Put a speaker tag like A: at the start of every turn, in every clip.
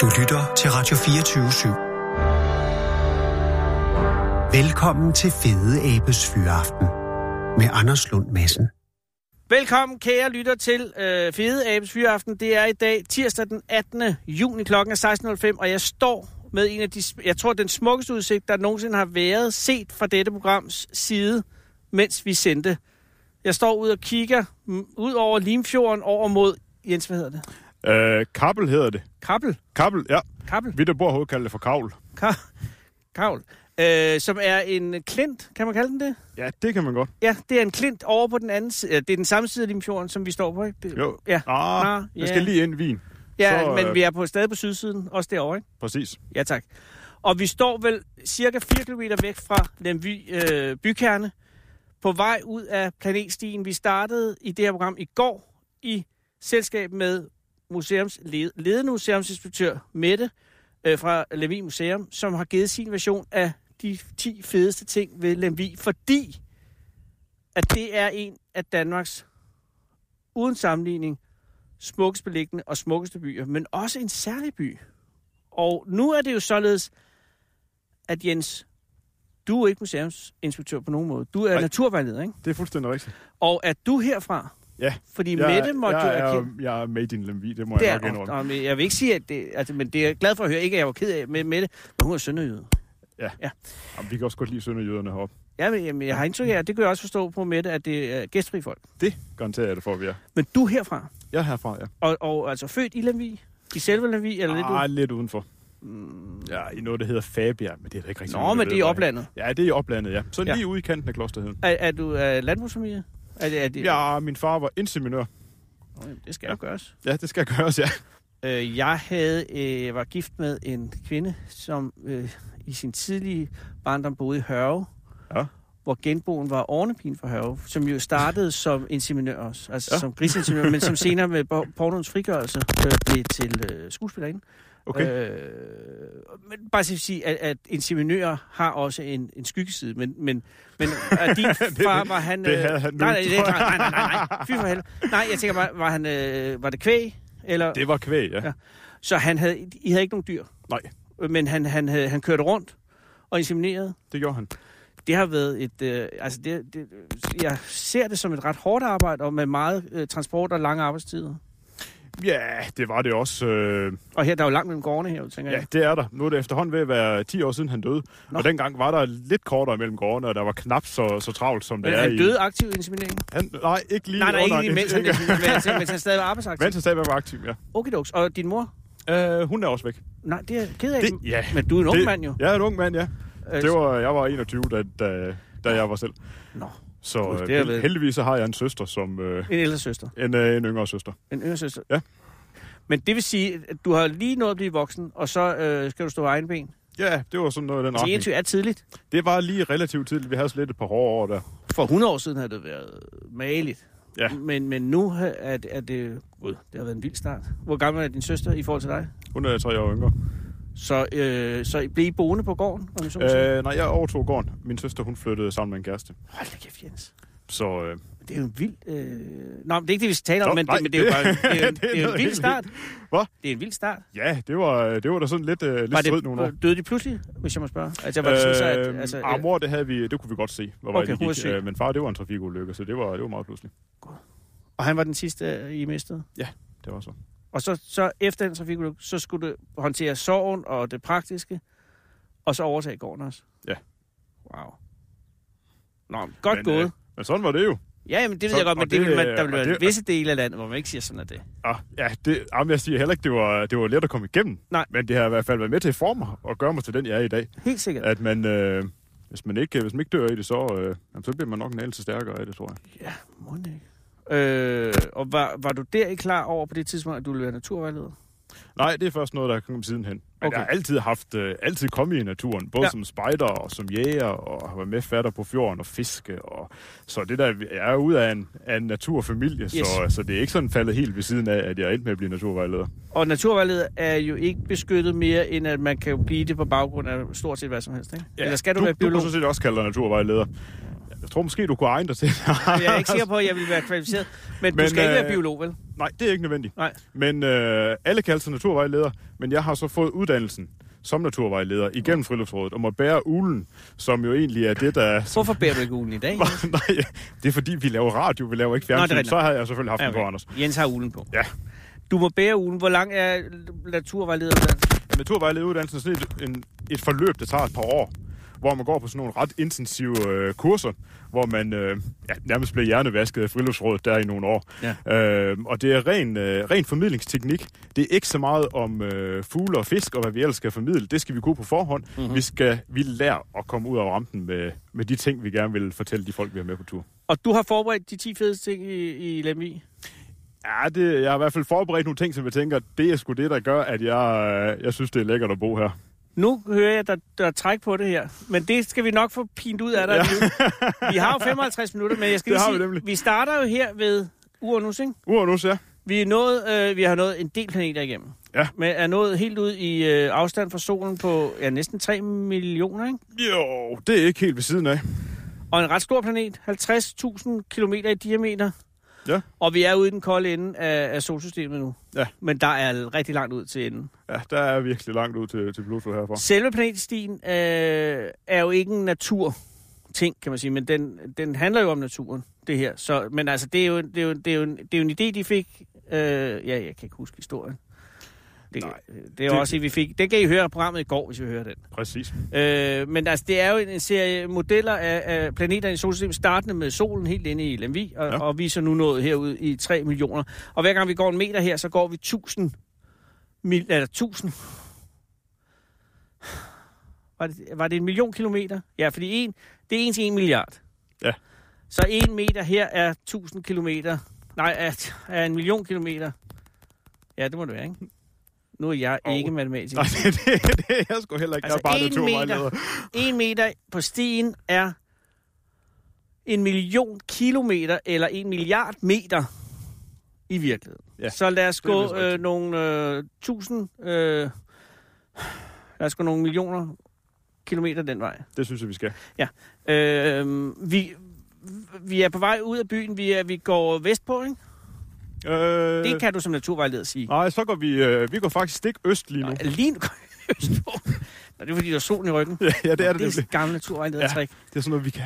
A: Du lytter til Radio 24 /7. Velkommen til Fede Abes Fyraften med Anders Lund Madsen.
B: Velkommen, kære lytter, til øh, Fede Abes Fyraften. Det er i dag tirsdag den 18. juni kl. 16.05, og jeg står med en af de, jeg tror, den smukkeste udsigt, der nogensinde har været set fra dette programs side, mens vi sendte. Jeg står ud og kigger ud over Limfjorden over mod, Jens, hvad hedder det?
C: Øh, kappel hedder det.
B: Kappel?
C: Kappel, ja.
B: Kappel?
C: Vi der bor herude kalder det for kavl.
B: Ka- kavl. Øh, som er en klint, kan man kalde den det?
C: Ja, det kan man godt.
B: Ja, det er en klint over på den anden side. Ja, det er den samme side af Limfjorden, som vi står på, ikke? Det,
C: Jo.
B: Ja.
C: Ah,
B: Nå,
C: jeg
B: ja.
C: skal lige ind i Wien.
B: Ja,
C: Så,
B: så, men
C: øh,
B: vi er på, stadig på sydsiden, også derovre, ikke?
C: Præcis.
B: Ja, tak. Og vi står vel cirka 4 km væk fra Lemby øh, bykerne, på vej ud af planetstien. Vi startede i det her program i går i selskab med museums, led- ledende museumsinspektør Mette øh, fra Lemby Museum, som har givet sin version af de 10 fedeste ting ved Lemby, fordi at det er en af Danmarks uden sammenligning smukkest beliggende og smukkeste byer, men også en særlig by. Og nu er det jo således, at Jens, du er ikke museumsinspektør på nogen måde. Du er
C: Nej.
B: naturvejleder, ikke?
C: Det er fuldstændig rigtigt.
B: Og at du herfra,
C: Ja.
B: fordi jeg, Mette måtte
C: jeg,
B: jo
C: jeg,
B: erkende...
C: jeg, jeg er made in Lemvi, det må
B: Det
C: jeg nok
B: er,
C: indrømme.
B: og, og, jeg vil ikke sige, at det... Altså, men det er jeg glad for at høre. Ikke, at jeg var ked af med Mette, men hun er sønderjyde.
C: Jamen, vi kan også godt lide sønderjyderne heroppe.
B: Ja, men, jamen, jeg har indtryk af, at det kan jeg også forstå på Mette, at det er gæstfri folk.
C: Det garanterer jeg det for, at vi er.
B: Men du herfra,
C: Jeg er herfra, ja.
B: og, og altså født i Lemvig, i selve Lemvig, eller lidt
C: Ah,
B: ud... Mm.
C: lidt udenfor. Ja, i noget, der hedder Fabia, men det er da ikke rigtig
B: Nå,
C: nogen, der
B: men
C: ved,
B: det er i
C: hvor jeg-
B: oplandet.
C: Ja, det er i oplandet, ja. Så
B: Ja.
C: lige ude i kanten af klosterheden.
B: Er, er du er landbrugsfamilie? Er det, er det...
C: Ja, min far var inseminør.
B: Nå, jamen, det skal jo gøres.
C: Ja, det skal gøres, ja.
B: Øh, jeg havde, øh, var gift med en kvinde, som øh, i sin tidlige barndom boede i Hørve.
C: Ja.
B: Hvor genboen var Ornepin fra Hørve, som jo startede som inseminør også, altså
C: Ja.
B: som grisinseminør, men som senere med por- pornoens frigørelse øh, blev til øh, skuespillerinde.
C: Okay.
B: Øh, men bare til at sige, at, at inseminører har også en, en skyggeside, men, men, men at din far, var han...
C: det
B: øh,
C: havde han nu,
B: nej, nej, det,
C: tror jeg.
B: nej, nej, nej, nej, fy for helvede. Nej, jeg tænker bare, var, han, øh, var det kvæg? Eller,
C: Det var kvæg, ja.
B: Ja. så han havde, I havde ikke nogen dyr,
C: Nej,
B: øh, men han, han, havde, han kørte rundt og inseminerede.
C: det gjorde han.
B: Det har været et... Øh, altså det, det, jeg ser det som et ret hårdt arbejde, og med meget øh, transport og lange arbejdstider.
C: Ja, det var det også. Øh,
B: Og her der er jo langt mellem gårdene her, tænker
C: Ja,
B: jeg.
C: det er der. Nu er det efterhånden ved at være 10 år siden, han døde.
B: Nå.
C: Nå. Og dengang var der lidt kortere mellem gårdene, og der var knap så, så travlt, som
B: Men
C: det er
B: han
C: i...
B: døde aktiv i insemineringen?
C: Han, nej, ikke lige
B: Nej, nej, ikke
C: under-
B: lige mens han, men jeg tænker, mens han stadig var arbejdsaktiv.
C: Mens han stadigvæk var aktiv, ja.
B: Okidoks. Og din mor?
C: Øh, hun er også væk.
B: Nej, det er jeg ked af.
C: Det- ja.
B: Men du er en ung
C: det,
B: mand jo.
C: Jeg er en ung mand, ja.
B: Øh,
C: Det var, jeg var 21, da, da, da jeg var selv.
B: Nå,
C: Så
B: Gud,
C: øh,
B: det har været-
C: held, heldigvis så har jeg en søster, som... Øh,
B: en ældre søster.
C: en, øh, en yngre søster.
B: En yngre søster.
C: Ja.
B: Men det vil sige, at du har lige nået at blive voksen, og så øh, skal du stå på egen ben.
C: Ja, det var sådan noget i den
B: Det
C: retning.
B: 21 er tidligt.
C: Det var lige relativt tidligt. Vi havde også lidt et par hårde år der.
B: For 100 år siden havde det været mageligt.
C: Ja.
B: Men, men nu ha- er det, er det... Gud, det har været en vild start. Hvor gammel er din søster i forhold til dig?
C: Hun er tre år yngre.
B: Så, øh, så I blev I boende på gården? Om jeg så må sige?
C: Øh, nej, jeg overtog gården. Min søster, hun flyttede sammen med en kæreste.
B: Hold da kæft, Jens.
C: Så øh,
B: Det er jo en vild... Øh... Nå, men det er ikke det, vi skal tale om,
C: Nå,
B: men,
C: nej,
B: det, men det er jo
C: det-
B: bare det er, jo-
C: det er
B: det er jo en
C: noget
B: vild
C: helt
B: start.
C: Hvad?
B: Det er en vild start.
C: Ja, det var, det var da sådan lidt, øh, lidt
B: Var
C: strid nogle år.
B: det, døde de pludselig, hvis jeg må spørge? Altså, var det sådan så, at...
C: Øh,
B: Altså,
C: ah, mor, det, havde vi, det kunne vi godt se, hvor
B: Okay,
C: okay,
B: hun var
C: det
B: syg.
C: gik. Øh, men far, det var en trafikulykke, så det var, det var meget pludseligt.
B: og han var den sidste, øh, I mistede?
C: Det var så.
B: Og så, så efter den trafikulykke, så skulle du håndtere sorgen og det praktiske, og så overtage gården også?
C: Ja.
B: Wow. Nå, men godt
C: Men,
B: gået.
C: øh, Men sådan var det jo.
B: ja, jamen det ved
C: så-
B: jeg godt,
C: og
B: men det, vil
C: det,
B: man,
C: øh,
B: der vil
C: og
B: være
C: det-
B: visse dele af landet, hvor man ikke siger sådan, at det...
C: Ah, ja, det, jamen, jeg siger heller ikke, det var, det var let at komme igennem.
B: Nej.
C: Men det har i hvert fald været med til at forme mig og gøre mig til den, jeg er i dag.
B: Helt sikkert.
C: At man, øh, hvis, man ikke, hvis man ikke dør i det, så, øh, jamen, så bliver man nok en anelse stærkere af det, tror jeg.
B: Ja, må den ikke. Øh, og var, var du der ikke klar over på det tidspunkt, at du ville være naturvejleder?
C: Nej, det er først noget, der er kommet sidenhen. Men
B: Okay.
C: okay. jeg har altid haft, øh, altid kommet i naturen, både
B: Ja.
C: ja. som spejder og som jæger, og har været med fatter på fjorden og fiske. Og, så det der, jeg er ud af en, af en naturfamilie, yes. så, så det er ikke sådan faldet helt ved siden af, at jeg endte med at blive naturvejleder.
B: Og naturvejleder er jo ikke beskyttet mere, end at man kan jo blive det på baggrund af stort set hvad som helst, ikke? Eller skal du,
C: du
B: være
C: Du
B: biolog?
C: kunne sådan set også kalde dig naturvejleder. Jeg tror måske, du kunne egne dig til det.
B: Jeg er ikke sikker på, at jeg ville være kvalificeret. Men, men
C: Men,
B: du skal øh... ikke være
C: øh,
B: biolog, vel?
C: Nej, det er ikke nødvendigt.
B: Nej.
C: Men øh, alle kalder sig naturvejleder, men jeg har så fået uddannelsen som naturvejleder igennem Friluftsrådet, og må bære ulen, som jo egentlig er det, der... Som,
B: Hvorfor bærer du ikke ulen i dag? Jens?
C: nej, det er fordi, vi laver radio, vi laver ikke
B: er
C: fjernsyn.
B: rigtigt.
C: så havde jeg selvfølgelig haft den på, Anders.
B: Jens har ulen på.
C: Ja.
B: Du må bære ulen. Hvor lang er naturvejlederuddannelsen?
C: Naturvejlederuddannelsen er sådan et, en, et forløb, der tager et par år, hvor man går på sådan nogle ret intensive øh, kurser, hvor man øh, ja, nærmest bliver hjernevasket af friluftsrådet der i nogle år.
B: Ja.
C: Øh, og det er ren, øh, ren formidlingsteknik. Det er ikke så meget om øh, fugle og fisk og hvad vi ellers skal formidle. Det skal vi kunne på forhånd.
B: Mhm.
C: Mm-hmm. Vi skal vi lære at komme ud af rampen med, med de ting, vi gerne vil fortælle de folk, vi har med på tur.
B: Og du har forberedt de 10 fedeste ting i, i Lemvig?
C: Ja, det, jeg har i hvert fald forberedt nogle ting, som jeg tænker, det er sgu det, der gør, at jeg, øh, jeg synes, det er lækkert at bo her.
B: Nu hører jeg, der, der er træk på det her. Men det skal vi nok få pint ud af dig. Ja. Vi har jo 55 minutter, men jeg skal
C: Det
B: lige
C: har vi
B: sige,
C: nemlig.
B: vi starter jo her ved Uranus, ikke?
C: Uranus, ja.
B: Vi, er nået, øh, vi har nået en del planeter igennem.
C: Ja.
B: Men er nået helt ud i øh, afstand fra solen på ja, næsten 3 millioner, ikke?
C: Jo, det er ikke helt ved siden af.
B: Og en ret stor planet, 50.000 km i diameter.
C: Ja.
B: Og vi er ude i den kolde ende af, af solsystemet nu.
C: Ja.
B: Men der er rigtig langt ud til enden.
C: Ja, der er virkelig langt ud til, til Pluto herfra.
B: Selve planetstien øh, er jo ikke en naturting, kan man sige, men den, den handler jo om naturen, det her. Så, men altså, det er jo, det er jo, det er jo, en, det er jo en idé, de fik. Øh, ja, jeg kan ikke huske historien. Det,
C: Nej,
B: det er jo
C: det-
B: også, en, vi fik. Det kan I høre af programmet i går, hvis vi hører den.
C: Præcis.
B: Øh, men altså, det er jo en, en serie modeller af, af planeterne i solsystemet, startende med solen helt inde i Lemvi, og, ja.
C: Ja.
B: og vi er så nu nået herude i 3 millioner. Og hver gang vi går en meter her, så går vi 1000 mil, eller 1000. Var det, var det en million kilometer? Ja, fordi en, det er en til en milliard.
C: Ja.
B: Så en meter her er 1000 kilometer. Nej, er, er en million kilometer. Ja, det må det være, ikke? Nu er jeg
C: Og-
B: ikke matematiker.
C: Nej, det, det, det er jeg sgu heller ikke.
B: Altså,
C: Altså, jeg er bare
B: en
C: naturvejleder.
B: En meter på stien er en million kilometer eller en milliard meter i virkeligheden.
C: Ja,
B: så lad os
C: det er
B: gå
C: vist rigtigt.
B: øh, nogle øh, tusind, øh, lad os gå nogle millioner kilometer den vej.
C: Det synes jeg, vi skal.
B: Øh, vi, vi er på vej ud af byen, vi, er, vi går vestpå, ikke?
C: Øh,
B: Det kan du som naturvejleder sige.
C: Nej, så går vi, øh, vi går faktisk stik øst lige nu.
B: Nå, Lige nu går vi østpå. Nå, det er fordi, der er solen i ryggen.
C: Ja, det er det
B: det er
C: nemlig.
B: gamle naturvejledertrik.
C: Det er sådan noget, vi kan.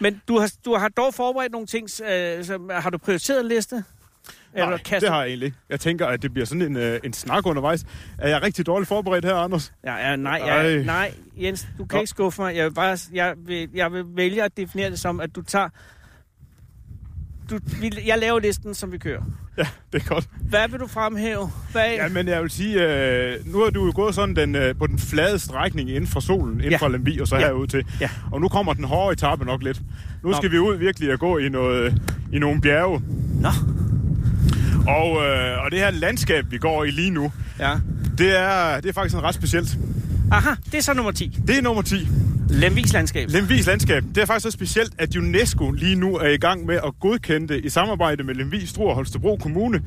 B: Men du har, du har dog forberedt nogle ting, øh, som, har du prioriteret en liste? Eller
C: Nej,
B: kastet-
C: det har jeg egentlig ikke. Jeg tænker, at det bliver sådan en, øh, en snak undervejs. Er jeg rigtig dårligt forberedt her, Anders?
B: Ja, ja, nej, ja,
C: Ej.
B: nej, Jens, du kan
C: Nå.
B: ikke skuffe mig. Jeg vil, bare, jeg, vil, jeg vil vælge at definere det som, at du tager... Du, vi, jeg laver listen, som vi kører.
C: Ja, det er godt.
B: Hvad vil du fremhæve? Hvad,
C: Ja,
B: ja,
C: men jeg vil sige, øh, nu har du jo gået sådan den, øh, på den flade strækning inden fra solen, inden
B: Ja.
C: ja. fra Lemby og så
B: Ja.
C: ja. herud til.
B: Ja.
C: Og nu kommer den hårde etape nok lidt. Nu
B: Nå.
C: skal vi ud virkelig og gå i, noget, i nogle bjerge.
B: Nå.
C: Og, øh, og det her landskab, vi går i lige nu,
B: ja.
C: det er, det er faktisk sådan ret specielt.
B: Aha, det er så nummer 10.
C: Det er nummer 10.
B: Lemvis landskab.
C: Lemvis landskab. Det er faktisk så specielt, at UNESCO lige nu er i gang med at godkende det i samarbejde med Lemvig, Struer og Holstebro Kommune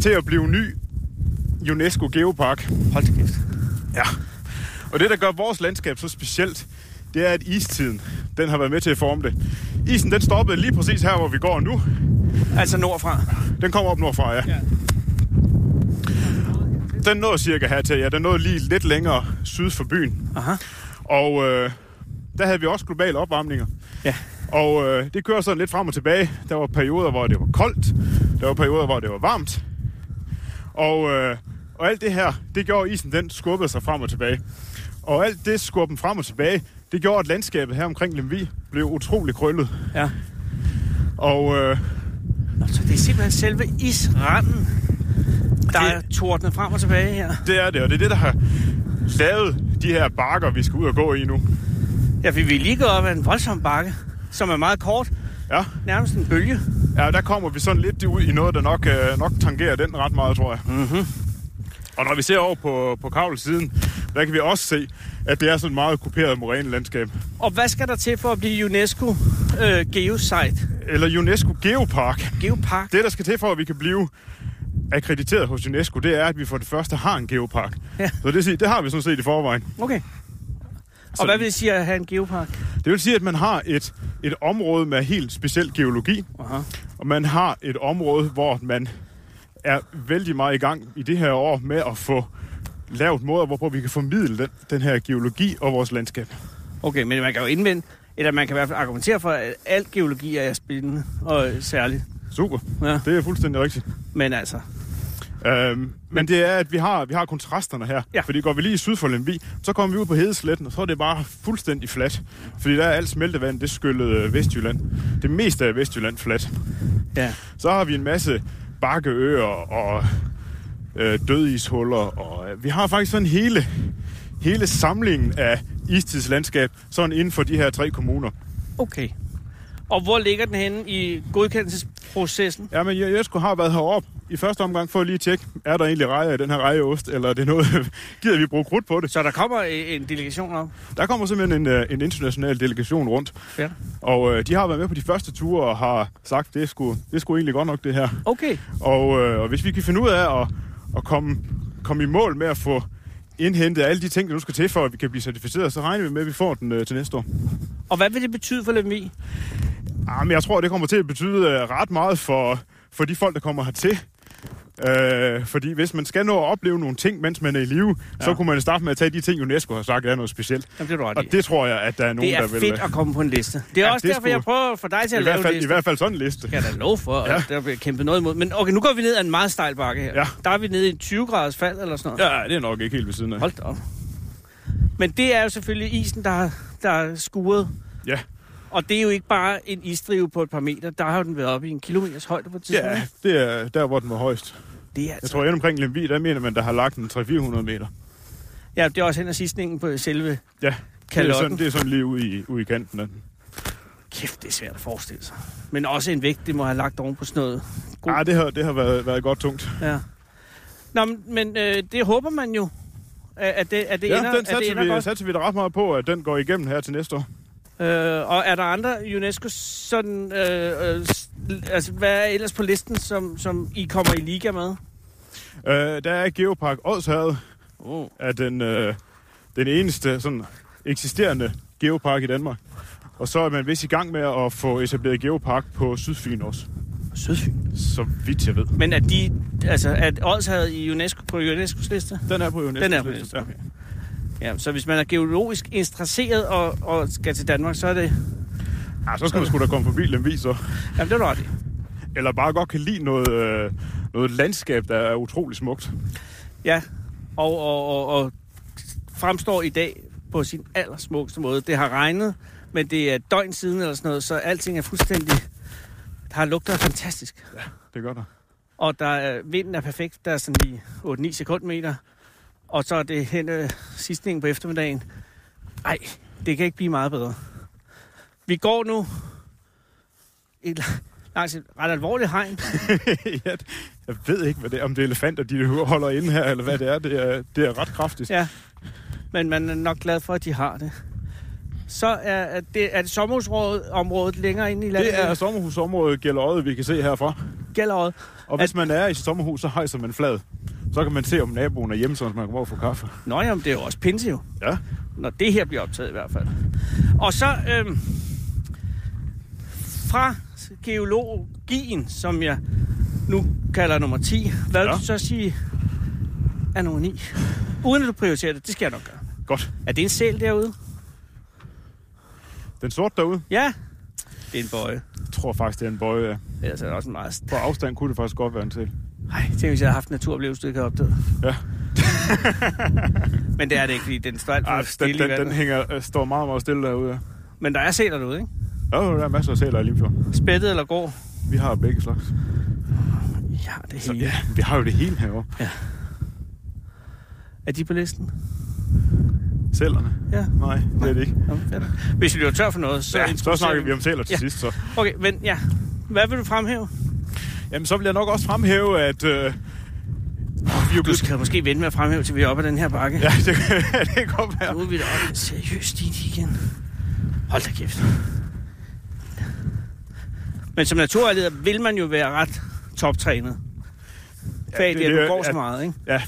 C: til at blive ny UNESCO Geopark.
B: Hold da kæft.
C: Ja. Og det, der gør vores landskab så specielt, det er, at istiden, den har været med til at forme det. Isen, den stoppede lige præcis her, hvor vi går nu.
B: Altså nordfra.
C: Den kommer op nordfra, ja.
B: Ja.
C: Den nåede cirka hertil, ja. Den nåede lige lidt længere syd for byen.
B: Aha.
C: Og øh, der havde vi også globale opvarmninger.
B: Ja.
C: Og øh, det kører sådan lidt frem og tilbage. Der var perioder, hvor det var koldt. Der var perioder, hvor det var varmt. Og, øh, og alt det her, det gjorde isen, den skubbede sig frem og tilbage. Og alt det skubben frem og tilbage, det gjorde, at landskabet her omkring Lemvi blev utrolig krøllet.
B: Ja.
C: Og øh,
B: Nå, så det er simpelthen selve isranden, der
C: Det-
B: er tordnet frem og tilbage her.
C: det er det, og det er det, der har lavet de her bakker, vi skal ud og gå i nu.
B: Ja, for vi er lige gået op ad en voldsom bakke, som er meget kort.
C: Ja,
B: Nærmest en bølge.
C: ja der kommer vi sådan lidt ud i noget, der nok, øh, nok tangerer den ret meget, tror jeg. Mm-hmm. Og når vi ser over på, på kavlsiden, der kan vi også se, at det er sådan et meget kuperet morænelandskab.
B: Og hvad skal der til for at blive UNESCO øh, Geosite?
C: Eller UNESCO Geopark.
B: Geopark?
C: Det, der skal til for, at vi kan blive akkrediteret hos UNESCO, det er, at vi for det første har en geopark.
B: Ja.
C: Så det, vil sige, det har vi sådan set i forvejen.
B: Okay. Og hvad vil det sige at have en geopark?
C: Det vil sige, at man har et, et område med helt speciel geologi,
B: Aha.
C: og man har et område, hvor man er vældig meget i gang i det her år med at få lavet måder, hvorpå vi kan formidle den, den her geologi og vores landskab.
B: Okay, men man kan jo indvende, eller man kan i hvert fald argumentere for, at alt geologi er spændende og øh, særligt.
C: Super.
B: Ja.
C: Det er fuldstændig rigtigt.
B: Men altså,
C: Øhm, men det er, at vi har, vi har kontrasterne her.
B: Ja.
C: Fordi går vi lige syd for Lemvi, så kommer vi ud på Hedesletten, og så er det bare fuldstændig fladt. Fordi der er alt smeltevand, det skyllede øh, Vestjylland. Det meste af Vestjylland fladt.
B: ja.
C: Så har vi en masse bakkeøer og øh, dødishuller. Og, øh, vi har faktisk sådan hele, hele samlingen af istidslandskab sådan inden for de her tre kommuner.
B: Okay. Og hvor ligger den henne i godkendelsesprocessen?
C: Ja, men Jesko har været heroppe i første omgang for at lige tjekke, er der egentlig rejer i den her rejeost, eller er det noget, gider vi bruge krudt på det?
B: Så der kommer øh, en delegation op.
C: Der kommer simpelthen en, øh, en international delegation rundt,
B: Ja.
C: og øh, de har været med på de første ture og har sagt, det skulle det skulle egentlig godt nok det her.
B: Okay.
C: Og, øh, og hvis vi kan finde ud af at, at komme, komme i mål med at få indhentet alle de ting, der nu skal til, for at vi kan blive certificeret, så regner vi med, at vi får den øh, til næste år.
B: Og hvad vil det betyde for Lemvi?
C: Ah, men jeg tror, det kommer til at betyde øh, ret meget for, for de folk, der kommer hertil. Øh, fordi hvis man skal nå at opleve nogle ting, mens man er i live, ja. så kunne man starte med at tage de ting, UNESCO har sagt er noget specielt.
B: Jamen, det er du ret i.
C: Og det tror jeg, at der er nogen,
B: det er
C: der vil...
B: fedt at komme på en liste. Det er
C: Ja,
B: også
C: det
B: derfor,
C: skulle-
B: jeg prøver at få dig til at lave
C: i, hvert fald, I
B: liste.
C: hvert fald sådan en liste.
B: Jeg er da lov for, ja.
C: Ja.
B: at der bliver kæmpet noget imod. Men okay, nu går vi ned ad en meget stejl bakke her.
C: Ja.
B: Der er vi nede i en 20 graders fald eller sådan noget.
C: Ja, det er nok ikke helt ved siden af.
B: Hold da op. Men det er jo selvfølgelig isen, der, har- der er skuret.
C: Ja.
B: Og det er jo ikke bare en isdrive på et par meter. Der har den været oppe i en kilometers højde på et tidspunkt.
C: Ja, det er der, hvor den var højst.
B: Det er altså...
C: Jeg tror, at omkring Lemvi, der mener man, der har lagt en 300-400 meter.
B: Ja, det er også hen ad sidstningen på selve
C: Ja, det er,
B: kalotten.
C: sådan, det er sådan lige ude i, ude i kanten af den.
B: Kæft, det er svært at forestille sig. Men også en vægt, det må have lagt oven på sådan noget. God.
C: Ah, det har, det har været, været godt tungt.
B: Ja. Nå, men- men øh, det håber man jo, at at det, at det
C: ja,
B: ender,
C: den
B: at det ender
C: satser vi,
B: godt.
C: satser vi da ret meget på, at den går igennem her til næste år.
B: Øh, og er der andre UNESCO sådan... Øh, øh, s- altså, hvad er ellers på listen, som, som I kommer i liga med?
C: Øh, der er Geopark Odshavet,
B: Oh.
C: er den, øh, den eneste sådan, eksisterende geopark i Danmark. Og så er man vist i gang med at få etableret geopark på Sydfyn også,
B: Sydfyn.
C: så vidt jeg ved.
B: Men at de... Altså, at Odshavet i UNESCO på UNESCO's liste?
C: Den er på UNESCO.
B: Den er på UNESCO,
C: Ja.
B: okay. Ja, så hvis man er geologisk interesseret og, og skal til Danmark, så er det...
C: Ah, så skal man sgu da komme forbi Lemvig, så.
B: Jamen, det er du ret i.
C: Eller bare godt kan lide noget, øh, noget landskab, der er utrolig smukt.
B: Ja, og, og, og, og fremstår i dag på sin allersmukkeste måde. Det har regnet, men det er et døgn siden eller sådan noget, så alting er fuldstændig... Der har lugter fantastisk.
C: Det gør der.
B: Og der er, vinden er perfekt. Der er sådan lige 8-9 sekundmeter. Og så er det hen øh, sidstningen på eftermiddagen. Ej, det kan ikke blive meget bedre. Vi går nu et, la- langs et ret alvorligt hegn.
C: jeg, jeg ved ikke, hvad det er, om det er elefanter, de holder inde her, eller hvad det er. Det er, det er ret kraftigt.
B: Ja, men man er nok glad for, at de har det. Så er er det, er det sommerhusområdet længere inde i landet?
C: Det er altså- sommerhusområdet Gjellerøde, vi kan se herfra.
B: Gellerød.
C: Og hvis man er i sit sommerhus, så hejser man flad. Så kan man se, om naboen er hjemme, så man kommer over og får kaffe.
B: Nå jamen, det er jo også pinse jo.
C: Ja.
B: Når det her bliver optaget i hvert fald. Og så øhm, fra geologien, som jeg nu kalder nummer 10. Hvad ja.
C: Ja.
B: vil du så sige er nummer 9? Uden at du prioriterer det, det skal jeg nok gøre.
C: Godt.
B: Er det en sæl derude?
C: Den sorte derude,
B: Ja. Det er en bøje.
C: jeg tror faktisk, det er en bøje. ja.
B: Ellers er det også en meget
C: På afstand kunne det faktisk godt være en til.
B: Ej, tænk hvis jeg havde haft en naturoplevelse, du ikke havde opdaget.
C: Ja.
B: Men det er det ikke, fordi den står alt for
C: Ej, den,
B: stille
C: den, den
B: i vandet.
C: hænger, øh, står meget, meget stille derude. ja.
B: Men der er sæler derude, ikke?
C: Jo, der er masser af sæler i Limfjorden.
B: Spættet eller går?
C: Vi har begge slags.
B: Ja, det er
C: Så,
B: hele.
C: ja, vi har jo det hele herovre.
B: Er de på listen?
C: Sælerne.
B: Ja.
C: Nej, det er det ikke.
B: Nå, fedt. Hvis vi løber tør for noget, så...
C: Ja, så
B: introducerer
C: snakker vi om sæler til
B: Ja.
C: sidst, så.
B: Okay, men ja. Hvad vil du fremhæve?
C: Jamen, så vil jeg nok også fremhæve, at... Øh, vi er jo
B: Du
C: blevet...
B: skal måske vente med at fremhæve, til vi er oppe af den her bakke.
C: Ja, det, kan- det kan godt være.
B: Nu er vi da oppe seriøst i det igen. Hold da kæft. Men som naturleder vil man jo være ret toptrænet. Fag ja, det,
C: det-
B: det, at
C: det-
B: du går så
C: ja.
B: meget, ikke?
C: Ja,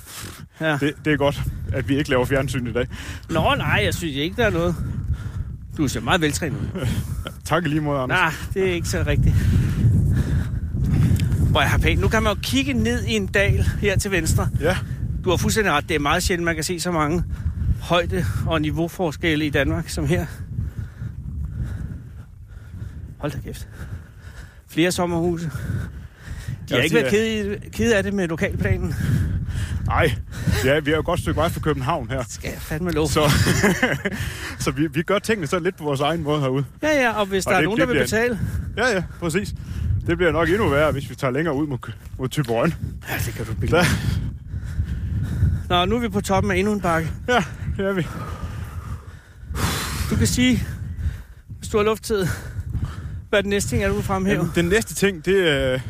B: Ja.
C: det, det er godt. at vi ikke laver fjernsyn i dag.
B: Nå, nej, jeg synes ikke, der er noget. Du ser meget veltrænet ud.
C: Tak i lige mod, Anders.
B: Nej, det er ikke så rigtigt. Hvor jeg har pænt. Nu kan man jo kigge ned i en dal her til venstre.
C: Ja,
B: Du har fuldstændig ret. Det er meget sjældent, man kan se så mange højde- og niveauforskelle i Danmark som her. Hold da kæft. Flere sommerhuse. De har
C: vil
B: ikke
C: sige,
B: været kede, kede af det med lokalplanen.
C: nej. Ja, vi er jo et godt stykke vej fra København her.
B: Skal jeg fandme lov.
C: Så, så vi, vi gør tingene så lidt på vores egen måde herude.
B: Ja, ja, og hvis
C: Og
B: der er
C: det-
B: nogen,
C: det
B: der vil
C: bliver-
B: betale...
C: Ja, ja, præcis. Det bliver nok endnu værre, hvis vi tager længere ud mod, Kø- mod Tyborøn.
B: Ja, det kan du
C: Der,
B: bilde. Nå, nu er vi på toppen af endnu en bakke.
C: ja, det er vi.
B: Du kan sige, hvis du har lufttid, hvad den næste ting er, du vil fremhæve.
C: Jamen, den næste ting, det, øh,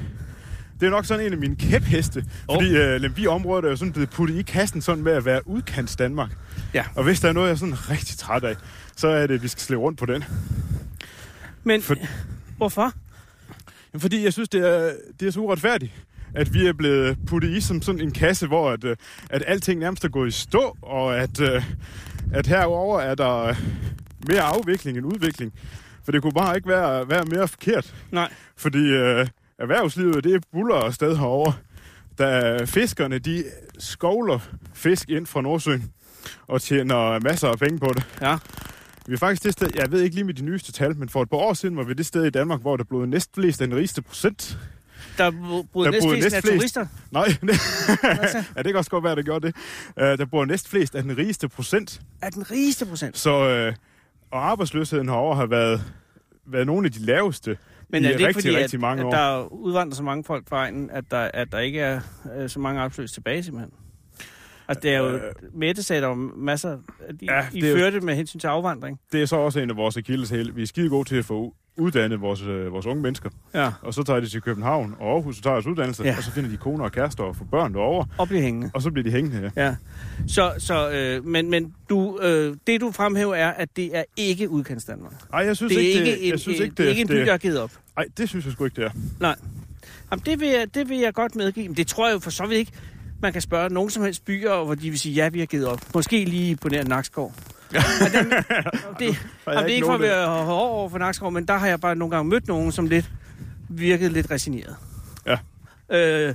C: det er nok sådan en af mine kæpheste.
B: Åh.
C: Oh. Fordi øh, Lemvi-området er jo sådan blevet puttet i kassen sådan med at være udkants Danmark.
B: Ja.
C: Og hvis der er noget, jeg er sådan rigtig træt af, så er det, at vi skal slæve rundt på den.
B: Men
C: for-
B: hvorfor?
C: Jamen, Fordi jeg synes, det er, det er så uretfærdigt, at vi er blevet puttet i som sådan en kasse, hvor at, øh, at alting nærmest er gået i stå, og at, øh, at herover er der øh, mere afvikling end udvikling. For det kunne bare ikke være, være mere forkert.
B: Nej.
C: Fordi øh, erhvervslivet, det buller og sted herover. Da fiskerne, de skovler fisk ind fra Nordsøen og tjener masser af penge på det.
B: Ja.
C: Vi er faktisk det sted, jeg ved ikke lige med de nyeste tal, men for et par år siden var vi det sted i Danmark, hvor der blev næstflest af den rigeste procent.
B: Der bo- boede
C: Der boede
B: næstflest af
C: næstflest.
B: turister.
C: Nej, ja, det kan også godt være, der gjorde det. Uh, der bor næstflest af den rigeste procent,
B: Er den rigeste procent.
C: så, uh, og arbejdsløsheden herovre har været, været nogle af de laveste
B: Men
C: i
B: er det ikke
C: rigtig,
B: fordi,
C: rigtig
B: at,
C: mange
B: at
C: år.
B: der udvandrer så mange folk fra egnen, at der, at der ikke er øh, så mange arbejdsløse tilbage, simpelthen? Og det er jo, øh,
C: Øh.
B: Mette sagde der jo masser, at I, ja,
C: Ja,
B: I
C: det er jo-
B: førte med hensyn til afvandring.
C: Det er så også en af vores akilleshæle. Vi er skide gode til at få u- uddannet vores, øh, vores unge mennesker.
B: Ja.
C: Og så tager de til København og Aarhus og tager deres uddannelse,
B: Ja.
C: ja. og så finder de koner og kærester og får børn derovre,
B: Og blive hængende.
C: og så bliver de hængende her.
B: Ja. Så, så øh, men, men du, øh, det du fremhæver er, at det er ikke udkants Danmark.
C: Ej, jeg synes
B: Det er
C: ikke,
B: ikke,
C: det,
B: en,
C: jeg synes
B: en,
C: ikke,
B: det er ikke en by, der er
C: det,
B: givet op.
C: Ej, det synes jeg sgu ikke, det er.
B: Nej. Jamen, det, vil jeg, det vil jeg godt medgive. Men det tror jeg jo for så vidt ikke. Man kan spørge nogen som helst byer, hvor de vil sige, ja, vi har givet op. Måske lige på nær Nakskov. Ja. det, jamen,
C: jeg
B: det er
C: ikke
B: ikke for at
C: nogen
B: være hård over for Nakskov, men der har jeg bare nogle gange mødt nogen, som lidt virkede lidt resigneret.
C: Ja.
B: Øh,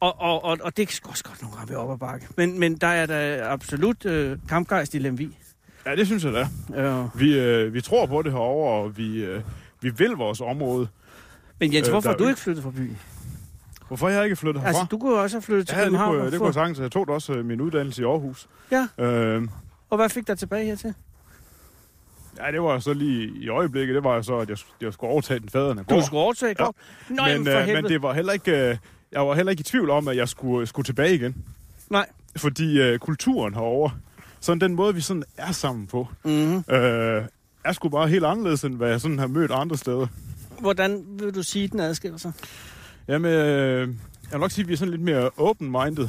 B: og, og, og, og det kan sgu også godt nogle gange være op ad bakke. Men, men der er der absolut øh, kampgejst i Lemvi.
C: Ja, det synes jeg, det er.
B: Øh,
C: Vi, øh, vi tror på det herovre, og vi, øh, vi vil vores område.
B: men Jens,
C: Øh,
B: hvorfor
C: der er
B: har du
C: jo-
B: ikke flyttet fra byen?
C: Hvorfor har jeg ikke flyttet herfra?
B: Altså, du kunne jo også have flyttet til
C: ja, det
B: København.
C: kunne, jeg-
B: og
C: det
B: få-
C: kunne jeg sagtens. Jeg tog da også øh, min uddannelse i Aarhus.
B: Ja.
C: Øh,
B: Og hvad fik dig tilbage hertil?
C: ja, det var så lige i øjeblikket, det var jo så, at jeg, jeg skulle overtage den faderne.
B: Du skulle overtage
C: Ja.
B: kort. Ja. Nå, men,
C: men,
B: for
C: øh,
B: helvede.
C: men det var heller ikke, øh, jeg var heller ikke i tvivl om, at jeg skulle, skulle tilbage igen.
B: Nej.
C: Fordi øh, kulturen herovre, sådan den måde, vi sådan er sammen på,
B: Mm-hmm.
C: øh, er sgu bare helt anderledes, end hvad jeg sådan har mødt andre steder.
B: Hvordan vil du sige, den adskiller sig?
C: Jamen, øh, jeg vil nok sige, at vi er sådan lidt mere open-minded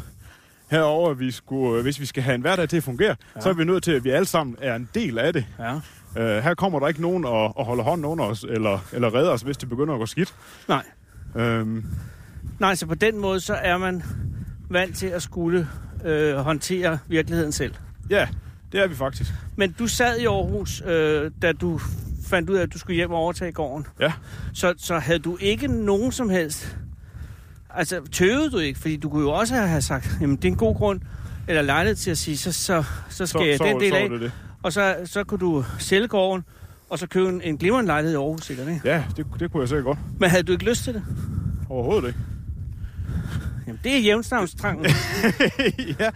C: herover, vi skulle, øh, hvis vi skal have en hverdag til at fungere,
B: Ja.
C: ja. så er vi nødt til, at vi alle sammen er en del af det.
B: Ja.
C: Øh, her kommer der ikke nogen og, og holder hånden under os, eller, eller redder os, hvis det begynder at gå skidt.
B: Nej.
C: Øhm,
B: Nej, så på den måde, så er man vant til at skulle øh, håndtere virkeligheden selv.
C: ja, det er vi faktisk.
B: Men du sad i Aarhus, øh, da du fandt ud af, at du skulle hjem og overtage gården.
C: Ja.
B: Så, så havde du ikke nogen som helst... Altså, tøvede du ikke? Fordi du kunne jo også have sagt, jamen det er en god grund, eller lejlighed til at sige, så, så, så skal jeg den del
C: så,
B: af,
C: var det det.
B: og så, så kunne du sælge gården, og så købe en, en glimrende lejlighed i Aarhus, sikkert, ikke?
C: Ja, det, det kunne jeg sikkert godt.
B: Men havde du ikke lyst til det?
C: Overhovedet ikke.
B: Jamen, det er jævnstavnstrangen.
C: ja,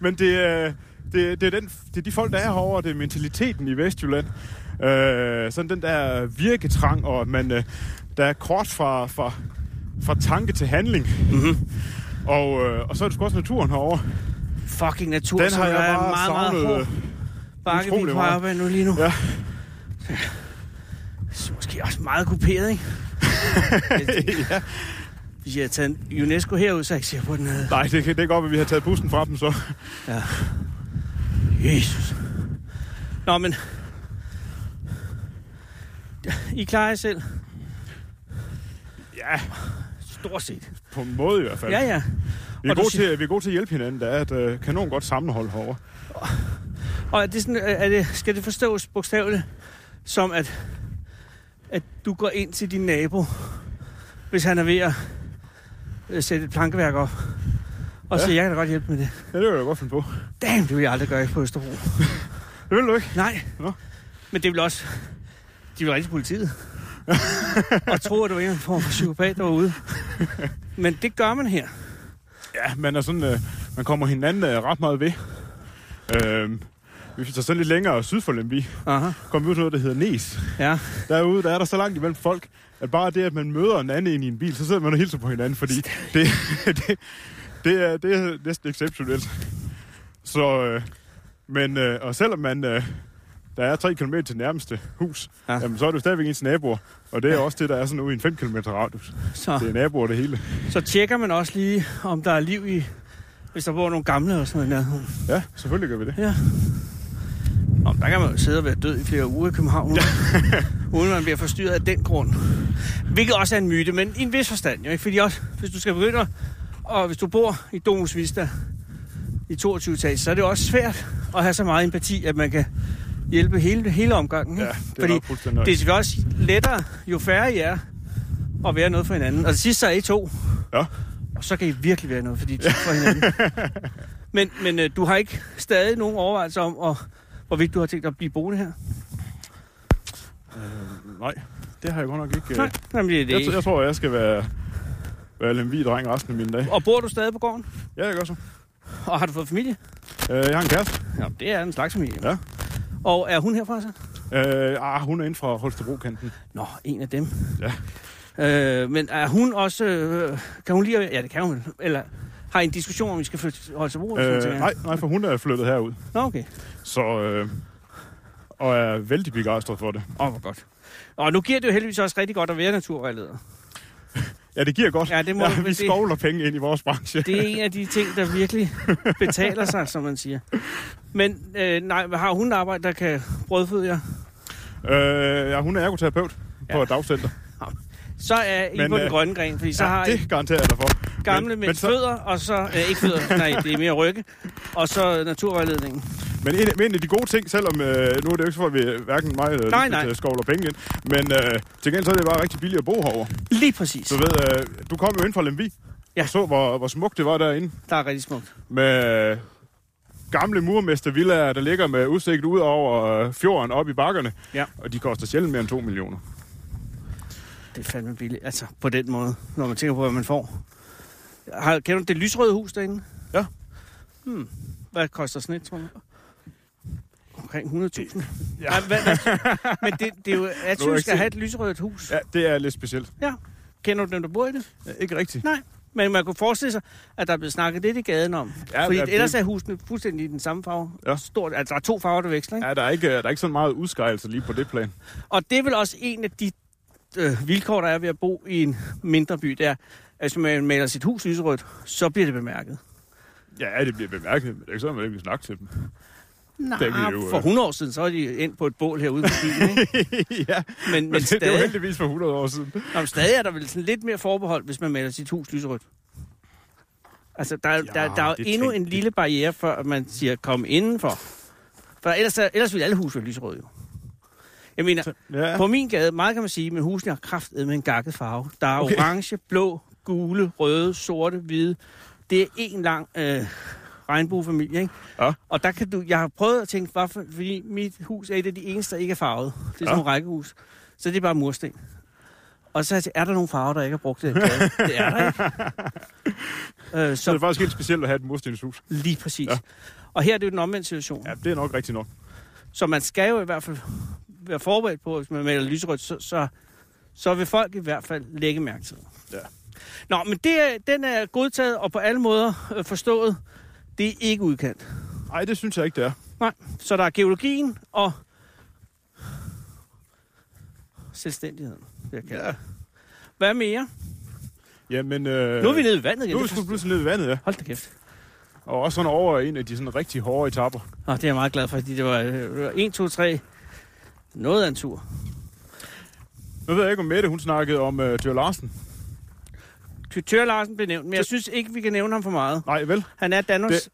C: men det, er- det, det, er den, det er de folk, der er herovre, det er mentaliteten i Vestjylland. Øh, sådan den der virketrang, og at man, øh, der er kort fra, fra, fra tanke til handling.
B: Mhm.
C: Og, øh, og så er det sgu også naturen herovre.
B: Fucking natur,
C: Den
B: som
C: har jeg
B: er
C: bare
B: meget, meget
C: savnet. øh,
B: hård bakke vi
C: utrolig
B: på
C: meget.
B: arbejde nu lige nu.
C: Ja.
B: Så måske også meget kuperet, ikke?
C: ja.
B: Hvis jeg havde taget en UNESCO herud, så er jeg ikke sikker på, at den havde...
C: Nej, det, kan- det er godt, at vi har taget bussen fra dem så.
B: Ja. Jesus. Nå, men... I klarer jer selv,
C: Ja,
B: stort set.
C: på en måde i hvert fald.
B: Ja, ja.
C: Vi er,
B: Og du
C: gode
B: siger-
C: til, vi er gode til at hjælpe hinanden. Der er et øh, kanon godt sammenhold herovre.
B: Og er det sådan, er det, skal det forstås bogstaveligt som, at, at du går ind til din nabo, hvis han er ved at øh, sætte et plankeværk op, og ja.
C: Ja.
B: siger, jeg kan da godt hjælpe med det.
C: Ja, det vil jeg godt finde på.
B: Damn, det vil jeg aldrig gøre på Østerbro.
C: Det vil du ikke.
B: Nej.
C: Nå.
B: Men det vil også... De vil rigtig politiet. og tro, at du er en form for psykopat derude. Men det gør man her.
C: Ja, man er sådan, øh, man kommer hinanden øh, ret meget ved. Øh, hvis vi tager sådan lidt længere syd for Lemby,
B: Aha.
C: kommer vi ud til noget, der hedder Nes.
B: Ja.
C: Derude der er der så langt imellem folk, at bare det, at man møder en anden ind i en bil, så sidder man og hilser på hinanden, fordi det, det, det, er, det er næsten exceptionelt. Så, øh, men, øh, og selvom man, øh, der er 3 km til nærmeste hus,
B: Ja.
C: ja. jamen, så er det jo stadigvæk ens naboer. Og det er også det, der er sådan ude i en 5 km radius. Det
B: Så,
C: er naboer det hele.
B: så tjekker man også lige, om der er liv i... Hvis der bor nogle gamle og sådan noget. i nærheden.
C: Ja, selvfølgelig gør vi det.
B: Ja. Nå, men der kan man jo sidde og være død i flere uger i København. Ja. uden man bliver forstyrret af den grund. Hvilket også er en myte, men i en vis forstand. Jo, ikke? Fordi også, hvis du skal begynde at, og hvis du bor i Domus Vista i 22 etage, så er det jo også svært at have så meget empati, at man kan hjælpe hele, hele omgangen. ikke?
C: Ja, det er
B: Mm. Fordi
C: nok fuldstændig
B: det er
C: rigtigt.
B: selvfølgelig også lettere, jo færre I er, at være noget for hinanden. Og til sidst så er I to,
C: Ja.
B: og så kan I virkelig være noget, fordi I er to for hinanden. Men, men øh, du har ikke stadig nogen overvejelser om, og, hvorvidt du har tænkt dig at blive boende her?
C: Øh, nej, det har jeg godt nok ikke.
B: Nej,
C: Øh.
B: jamen, det er det
C: Jeg,
B: ikke.
C: jeg, tror, jeg skal være, være Lemby-dreng resten af mine dage.
B: Og bor du stadig på gården?
C: Ja, jeg gør så.
B: Og har du fået familie?
C: Øh, jeg har en kæreste.
B: Ja, det er en slags familie.
C: Ja.
B: Og er hun herfra så?
C: Øh, ah, hun er inde fra Holstebro-kanten.
B: Nå, en af dem.
C: Ja.
B: Øh, men er hun også... Øh, kan hun lige... Ja, det kan hun. vel. Eller har I en diskussion, om vi skal flytte til Holstebro? eller sådan
C: Øh,
B: noget?
C: nej, nej, for hun er flyttet herud.
B: Nå, okay.
C: Så, øh, og er vældig begejstret for det.
B: Åh, oh, hvor godt. Og nu giver det jo heldigvis også rigtig godt at være naturvejleder.
C: Ja, det giver godt.
B: Ja, det må du
C: ja,
B: vel-
C: vi
B: det-
C: skovler penge ind i vores branche.
B: Det er en af de ting, der virkelig betaler sig, som man siger. Men øh, nej, har hun arbejde, der kan brødføde jer?
C: Øh, ja, hun er ergoterapeut på
B: Ja.
C: et dagcenter.
B: Så er I
C: Men,
B: på den
C: øh,
B: grønne gren, fordi så
C: ja,
B: har I...
C: det garanterer jeg dig for.
B: gamle med
C: men, så,
B: fødder, og så... Øh, ikke fødder, nej, det er mere rygge. Og så øh, naturvejledningen.
C: men, en, men en af de gode ting, selvom øh, nu er det jo ikke så, at vi hverken mig eller
B: Nej,
C: Lisbeth,
B: nej.
C: øh, skovler penge ind, men øh, til gengæld så er det bare rigtig billigt at bo herovre.
B: Lige præcis.
C: Du ved, øh, du kom jo ind fra Lemvi
B: Ja.
C: ja. og så, hvor, hvor smukt det var derinde.
B: Der er rigtig smukt.
C: med øh, gamle murmestervillaer, der ligger med udsigt ud over øh, fjorden op i bakkerne.
B: Ja.
C: Og de koster sjældent mere end 2 millioner.
B: Det er fandme billigt. Altså, på den måde, når man tænker på, hvad man får. Har, kender du det lysrøde hus derinde?
C: Ja.
B: Hmm. Hvad koster sådan et, tror du? Omkring 100.000.
C: Ja.
B: Nej, hvad, hvad, men det, det er jo, at du
C: ikke
B: skal
C: set-
B: have et lysrødt hus. Ja.
C: Ja, det er lidt specielt.
B: Kender du dem, der bor i det?
C: Ja, ikke rigtigt.
B: Nej. Men man kunne forestille sig, at der er blevet snakket lidt i gaden om. Ja,
C: Ja,
B: Fordi
C: ja,
B: ellers
C: det-
B: er husene fuldstændig i den samme farve.
C: Ja.
B: Stort, altså, der er to farver, der veksler, ikke?
C: Ja, der er ikke, øh, der er ikke sådan meget udskejelse lige på det plan.
B: Og det er vel også en af de øh, vilkår, der er ved at bo i en mindre by, det er, at hvis man maler sit hus lyserødt, så bliver det bemærket.
C: Ja, det bliver bemærket, men det er ikke sådan, at man ikke vil snakke til dem.
B: Nej,
C: Det er vi jo, øh.
B: for 100 år siden, så er de endt på et bål herude på byen, ikke?
C: ja,
B: Men, men
C: men det, det var
B: stadig,
C: heldigvis for 100 år siden.
B: nå, men stadig er der vel sådan lidt mere forbehold, hvis man maler sit hus lyserødt. Altså, der, ja, der, der er jo
C: det
B: endnu
C: tænk-
B: en lille barriere, før at man siger, kom indenfor. For ellers, er- ellers ville alle huse være lyserøde, jo. Jeg mener,
C: Ja,
B: På min gade, meget kan man sige, men husene har kraftet med en gakket farve. Der er okay.
C: Okay.
B: orange, blå, gule, røde, sorte, hvide. Det er en lang øh, regnbuefamilie, ikke?
C: Ja.
B: Og der kan du, jeg har prøvet at tænke, hvorfor, fordi mit hus er et af de eneste, der ikke er farvet. Det er sådan
C: Ja.
B: nogle rækkehus. Så det er bare mursten. Og så har jeg tænkt, er der nogle farver, der ikke er brugt i den gade? det er der ikke. Øh,
C: så er det
B: så
C: faktisk helt specielt at have et murstenshus.
B: lige præcis. Ja.
C: Ja.
B: Og her er det jo den omvendte situation.
C: Ja, det er nok rigtigt nok.
B: Så man skal jo i hvert fald være forberedt på, at hvis man maler lyserødt, så, så, så vil folk i hvert fald lægge mærke til det.
C: Ja.
B: Nå, men det er, den er godtaget og på alle måder øh, forstået. Det er ikke udkendt.
C: Nej, det synes jeg ikke, det er.
B: Nej, så der er geologien og selvstændigheden. vil Jeg ja. Hvad mere?
C: Jamen, øh,
B: Nu er vi nede i vandet igen.
C: nu er vi
B: Det
C: sgu
B: forstår-
C: pludselig nede i vandet, ja.
B: Hold da kæft.
C: Og også sådan over en af de sådan rigtig hårde etapper.
B: Nå, det er jeg meget glad for, fordi det var øh, 1, 2, 3. Noget af en tur.
C: Nu ved jeg ikke, om Mette, hun snakkede om øh, Dyr Larsen.
B: Pytør Larsen blev nævnt, men jeg synes ikke, vi kan nævne ham for meget.
C: Nej, vel?
B: Han er Danmarks det...